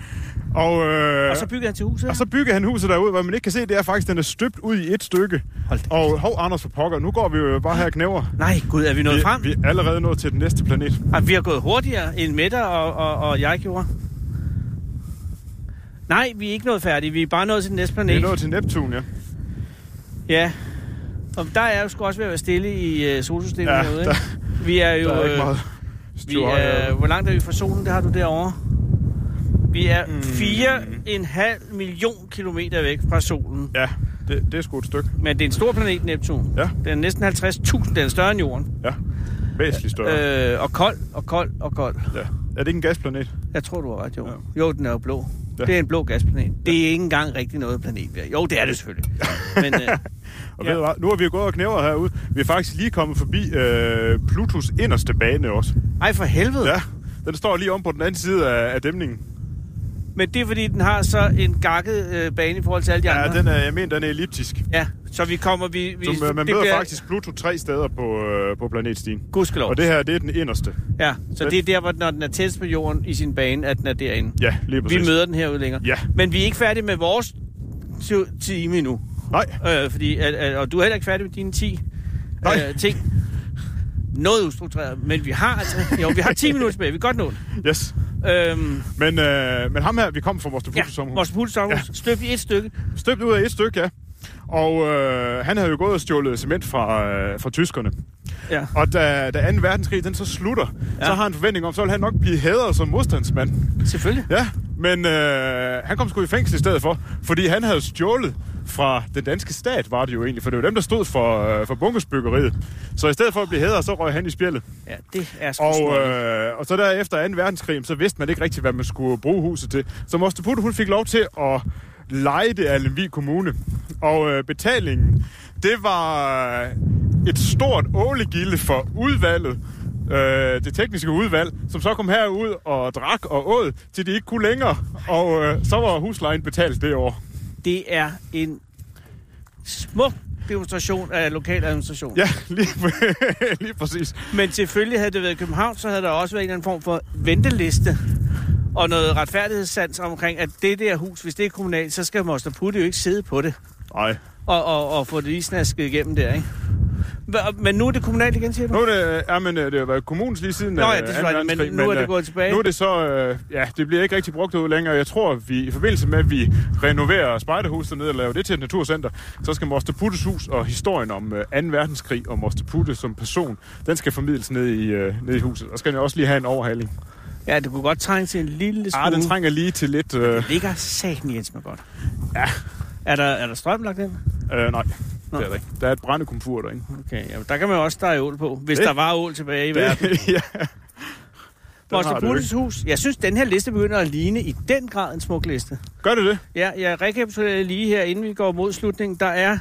C: Og, øh,
B: og så bygger han til huset.
C: Og så bygger han huset derud, hvor man ikke kan se, det er faktisk, den er støbt ud i et stykke.
B: Hold da
C: og hov, Anders for pokker, nu går vi jo bare her og knæver.
B: Nej, gud, er vi nået frem?
C: Vi, vi er allerede nået til den næste planet.
B: Ah, vi har gået hurtigere end Mette og, og, og jeg gjorde. Nej, vi er ikke nået færdige. Vi er bare nået til den næste
C: Vi
B: planet.
C: er nået til Neptun, ja.
B: Ja. Og der er jo sgu også ved at være stille i øh, solsystemet
C: Ja,
B: herude,
C: der-
B: ikke? Vi er jo...
C: Der er ikke
B: øh,
C: meget
B: vi
C: styr
B: er,
C: øh,
B: hvor langt er vi fra solen? Det har du derovre. Vi er
C: Mm.
B: 4,5 million kilometer væk fra solen.
C: Ja, det, det er sgu et stykke.
B: Men det er en stor planet, Neptun.
C: Ja.
B: Den er næsten 50.000. Den er større end jorden.
C: Ja, væsentligt større. Øh.
B: Øh, og kold, og kold, og kold.
C: Ja. Er det ikke en gasplanet?
B: Jeg tror, du har ret, jo.
C: Ja.
B: Jo, den er jo blå.
C: Ja.
B: Det er en blå gasplanet. Det er ikke engang rigtig noget planet. der. Jo, det er det selvfølgelig. Men øh,
C: Og
B: Ja.
C: ja. ved du hvad, nu har vi jo gået og knæver herude. Vi er faktisk lige kommet forbi øh, Plutos inderste bane også.
B: ej, for helvede.
C: Ja, den står lige om på den anden side af, af dæmningen.
B: Men det er, fordi den har så en gakket øh, bane i forhold til alle de
C: Ja,
B: andre.
C: den er, jeg mener, den er elliptisk.
B: ja, så vi kommer... Vi, vi,
C: Så man, man
B: det
C: møder faktisk Pluto tre steder på, øh, på planetstien.
B: Gudskelov.
C: Og det her, det er den inderste.
B: Ja, så det er der, hvor når den er tæt på jorden i sin bane, at den er derinde.
C: Ja, lige præcis.
B: vi møder den herude længere.
C: Ja.
B: Men vi er ikke færdige med vores ti- time endnu.
C: Nej,
B: Øh, fordi, at, at, og du er heller ikke færdig med dine 10
C: Nej.
B: øh, ting. Noget ustruktureret, men vi har altså... Jo, vi har 10 minutter tilbage. Vi kan godt nå det.
C: yes.
B: Øhm,
C: Men, øh, men ham her, vi kom fra vores
B: ja,
C: Pluto sommerhus.
B: vores pulsomhus. Ja. Støb i et stykke.
C: Støbt ud af et stykke, ja. Og øh, han havde jo gået og stjålet cement fra, øh, fra tyskerne.
B: Ja.
C: Og da, da 2. verdenskrig den så slutter,
B: Ja.
C: ja. så har han en forventning om, så vil han nok blive hædret som modstandsmand.
B: Selvfølgelig.
C: Ja, men øh, han kom sgu i fængsel i stedet for, fordi han havde stjålet fra den danske stat, var det jo egentlig, for det var dem, der stod for, øh, for bunkersbyggeriet. Så i stedet for at blive hædret, så røg han i spjældet.
B: Ja, det er sgu
C: Og,
B: snorligt.
C: øh, og så derefter 2. verdenskrig, så vidste man ikke rigtigt, hvad man skulle bruge huset til. Så Moster Putte, hun fik lov til at lege det af Lemvig Kommune. Og øh, betalingen, det var øh, et stort ålegilde for udvalget, øh, det tekniske udvalg, som så kom herud og drak og åd, til de ikke kunne længere. Og øh, så var huslejen betalt det år.
B: Det er en smuk demonstration af lokal administration.
C: Ja, lige, lige præcis.
B: Men selvfølgelig havde det været i København, så havde der også været en eller anden form for venteliste og noget retfærdighedssans omkring, at det der hus, hvis det er kommunalt, så skal Moster Putte jo ikke sidde på det
C: Nej.
B: og, og, og få det lige snasket igennem der, ikke? Hva- Men nu er det kommunalt igen, siger du?
C: Nu er det, ja, men øh, det har været kommunens lige siden.
B: Nå ja,
C: øh,
B: det er
C: anden
B: selvfølgelig, men
C: verdenskrig,
B: nu er det
C: øh,
B: gået tilbage.
C: Nu er det så, øh, ja, det bliver ikke rigtig brugt ud længere. Jeg tror, at vi i forbindelse med, at vi renoverer spejderhuset dernede og laver det til et naturcenter, så skal Moster Puttes hus og historien om øh, 2. verdenskrig og Moster Putte som person, den skal formidles ned i, øh, ned i huset. Og skal den også lige have en overhaling.
B: Ja, det kunne godt trænge til en lille smule.
C: Ah, den trænger lige til lidt... Øh,
B: Det ligger satan i med godt. Ja. Er der, er der strøm lagt ind?
C: øh, nej,
B: Nå.
C: det er der ikke. Der er et brændekomfur der, ikke?
B: Okay, ja, der kan man jo også stege ål på, hvis
C: Det-
B: der var ål tilbage i verden.
C: ja. Den
B: Moster
C: har du
B: Puttes hus. Jeg synes, den her liste begynder at ligne i den grad en smuk liste.
C: Gør det det?
B: Ja, jeg rekapitulerer lige her, inden vi går mod slutningen. Der er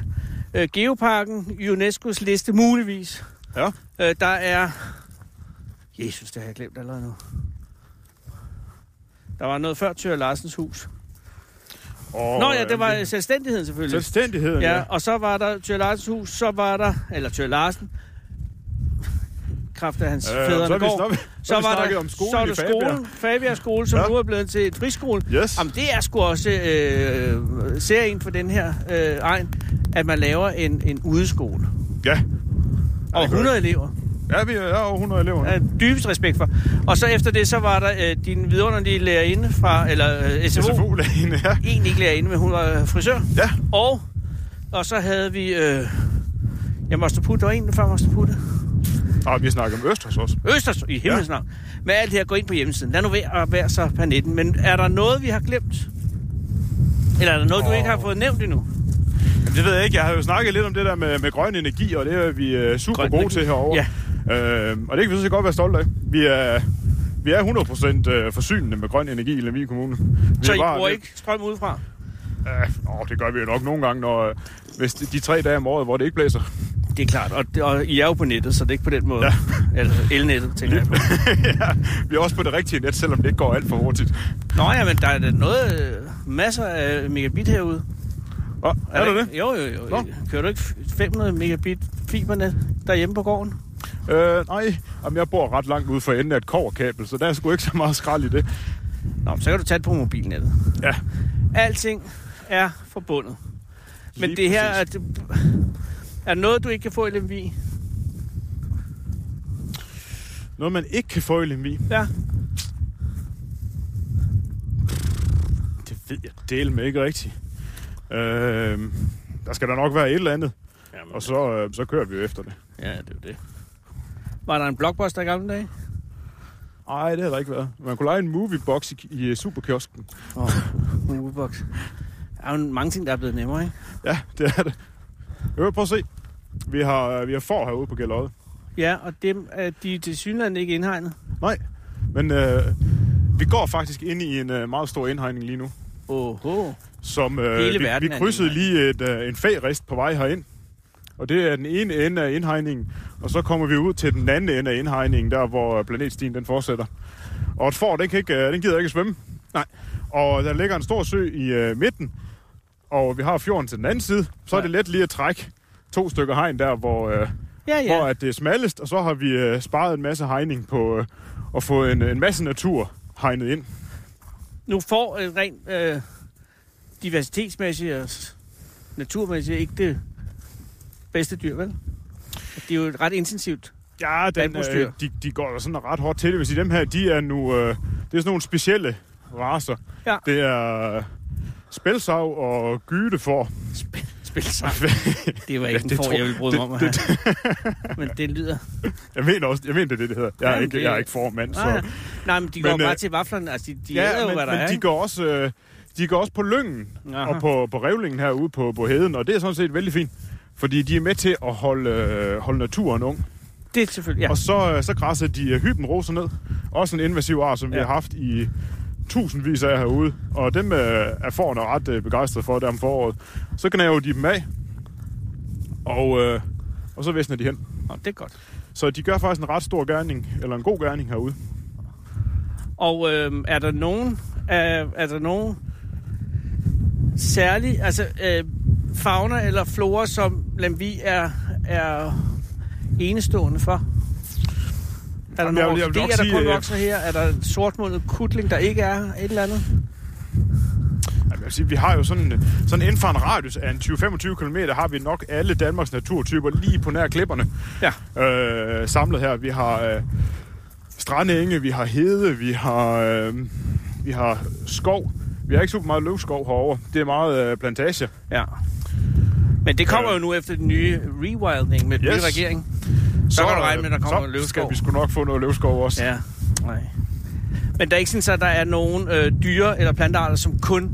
B: øh, Geoparken, UNESCO's liste muligvis.
C: Ja.
B: Øh, der er... Jesus, det har jeg glemt allerede nu. Der var noget før Tør Larsens hus.
C: Og,
B: Nå ja,
C: øh,
B: det var selvstændigheden selvfølgelig.
C: Selvstændigheden, ja.
B: Ja, og så var der Tør Larsens hus, så var der... Eller Tør Larsen. Kraft af hans øh,
C: så
B: fædrene
C: er vi,
B: går.
C: stoppet, så er vi snakket om skolen
B: så er
C: i
B: der
C: Fabia.
B: skolen, Fabia skole, som
C: Ja.
B: ja. nu er blevet til en friskole.
C: Yes.
B: Jamen, det er sgu også øh, serien for den her øh, egen, at man laver en, en udeskole.
C: Ja.
B: Og
C: det gør
B: 100 elever.
C: Ja, vi er over 100 elever.
B: Jeg
C: nu.
B: har dybest respekt for. Og så efter det, så var der øh, din vidunderlige lærerinde fra, eller øh, SFO. SFO.
C: SFO-lægen, ja.
B: Egentlig ikke lærerinde, men hun var øh, frisør.
C: Ja.
B: Og, og så havde vi... Øh, jeg måste putte, der var en før måste putte.
C: Og vi snakker om Østers også.
B: Østers i himlens navn. Med alt det her, gå ind på hjemmesiden. Lad nu være at være så panetten. Men er der noget, vi har glemt? Eller er der noget, oh. du ikke har fået nævnt endnu?
C: Det ved jeg ikke. Jeg har jo snakket lidt om det der med, med grøn energi, og det er vi øh, super
B: Grøn
C: grøn gode
B: energi.
C: til herovre. Ja. Øh, og det kan vi sådan set godt være stolte af. Vi er, vi er 100% øh, forsynende med grøn energi i Lemvig Kommune. Vi
B: Så
C: er
B: I
C: bare
B: bruger
C: lidt-
B: ikke strøm udefra?
C: Ja, åh, det gør vi jo nok nogle gange, når, øh, hvis de, de tre dage om året, hvor det ikke blæser.
B: Det er klart, og, og I er jo på nettet, så det er ikke på den måde. Ja. Eller elnettet, tænker jeg på.
C: ja, vi er også på det rigtige net, selvom det ikke går alt for hurtigt.
B: Nå ja, men der er da noget, øh, masser af megabit herude.
C: Nå, er, er det det?
B: ikke- Jo, jo, jo.
C: Nå.
B: Kører du ikke 500 megabit fibernet derhjemme på gården?
C: Øh, nej, Jamen, jeg bor ret langt ude for enden af et kårkabel, så der er sgu ikke så meget skrald i det.
B: Nå, så kan du tage det på mobilnettet.
C: Ja.
B: Alting er forbundet. Men
C: Lige
B: det her, er,
C: præcis.
B: det, er der noget, du ikke kan få i Lemvi?
C: Noget, man ikke kan få i Lemvig,
B: Ja.
C: det ved jeg del med ikke rigtigt. Øh, der skal der nok være et eller andet,
B: Jamen,
C: og så, øh, så kører vi jo efter det.
B: ja, det er jo det. Var der en blockbuster i gamle dage?
C: Nej, det har der ikke været. Man kunne lege en moviebox i, i øh, superkiosken.
B: Åh, oh, Movebox. Der er jo mange ting, der er blevet nemmere, ikke?
C: Ja, det er det. Øh, prøv at se. Vi har, øh, vi har får herude på Gælderøde.
B: Ja, og dem, øh, de er til synligheden ikke indhegnet.
C: Nej, men øh, vi går faktisk ind i en øh, meget stor indhegning lige nu.
B: Åh,
C: Som, øh,
B: Hele
C: vi,
B: verden
C: vi
B: er en
C: krydsede lige et, øh, en færist på vej herind. Og det er den ene ende af indhegningen. Og så kommer vi ud til den anden ende af indhegningen, der hvor øh, planetstien den fortsætter. Og et får, den, kan ikke, øh, den gider ikke svømme. Nej. Og der ligger en stor sø i øh, midten, og vi har fjorden til den anden side. Så er det let lige at trække to stykker hegn der, hvor, øh,
B: ja,
C: ja.
B: ja.
C: hvor at det er smallest. Og så har vi øh, sparet en masse hegning på øh, at få en, en masse natur hegnet ind.
B: nu får øh, rent øh, diversitetsmæssigt og s- naturmæssigt ikke det bedste dyr, vel? Det er jo et ret intensivt.
C: Ja, den,
B: Landbrugsdyr.
C: øh, de, de går jo sådan ret hårdt til det. Hvis sige, dem her, de er nu... Øh, det er sådan nogle specielle raser.
B: Ja.
C: Det er øh, spælsav og gytefor.
B: Spil sig. Det var ikke
C: Ja,
B: ja,
C: det
B: en får,
C: tror-
B: jeg ville bryde mig om at have.
C: det-
B: Men det lyder...
C: Jeg mener også, jeg mener, det er det, det hedder. Jeg er
B: Jamen,
C: ikke,
B: det-
C: jeg er ikke formand, så...
B: Nej, nej. nej, men de går
C: Men,
B: men, bare
C: øh,
B: til vaflerne. Altså, de, de ja,
C: ja,
B: jo,
C: men,
B: hvad der
C: men
B: er.
C: de
B: ikke?
C: går også... Øh, de går også på lyngen
B: Aha.
C: og på, på revlingen herude på, på heden, og det er sådan set vældig fint. Fordi de er med til at holde, øh, holde naturen ung.
B: Det er selvfølgelig... Ja.
C: Og så, øh, så græsser de øh, hybenroser ned. Også en invasiv art, som ja. vi
B: Ja.
C: har haft i tusindvis af herude. Og dem øh, er forerne ret øh, begejstret for der om foråret. Så gnaver de dem af, og, øh, og så visner de hen.
B: Nå, det er godt.
C: Så de gør faktisk en ret stor gerning, eller en god gerning herude.
B: Og øh, er der nogen... Er, er der nogen særlig... Altså, øh, fauna eller flora, som Lemvi er, er enestående for? Er der
C: Jamen, jeg
B: nogle
C: vil- jeg vil nok
B: orkideer, der
C: sige,
B: kun
C: øh,
B: vokser her? Er der en sortmundet kutling, der ikke er et eller andet?
C: Jamen, jeg vil sige, vi har jo sådan, sådan inden for en radius af en 20-25 km, har vi nok alle Danmarks naturtyper lige på nær klipperne.
B: Ja.
C: øh, samlet her. Vi har øh, strandenge, vi har hede, vi har, øh, vi har skov. Vi har ikke super meget løvskov herovre. Det er meget øh, plantage.
B: Ja. Men det kommer
C: Øh.
B: jo nu efter den nye rewilding med den
C: Yes.
B: nye regering. Så, kan du regne med, at der kommer
C: så
B: noget løvskov.
C: skal vi sgu nok få noget løvskov også. Ja.
B: Ja, nej. Men der er ikke sådan, at der er nogen øh, dyre- eller plantearter, som kun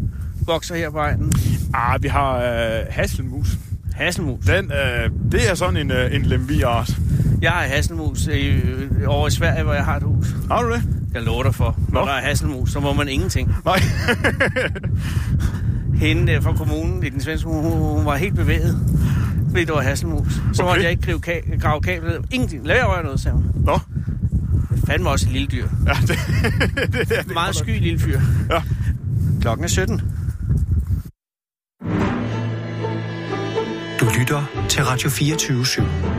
B: vokser her på egnen.
C: Ah, vi har øh, hasselmus.
B: Hasselmus.
C: Den, øh, det er sådan en, øh, en lemviart.
B: Jeg har hasselmus i, øh, over i Sverige, hvor jeg har et hus.
C: Har du det?
B: Jeg lover dig for. Når
C: Nå.
B: der er hasselmus, så må man ingenting.
C: Nej.
B: Hende øh, fra kommunen i den svenske kommune, hun, hun var helt bevæget. fordi det var Hasselmus. Så måtte
C: Okay.
B: jeg ikke gribe ka- grave kablet. ned. Ingenting. Lad jeg noget, sagde hun.
C: Nå,
B: Fandme også et lille dyr.
C: ja, det, det, det, det
B: Meget sky lille fyr.
C: Ja.
B: Klokken er 17.
A: Du lytter til Radio 24 /7.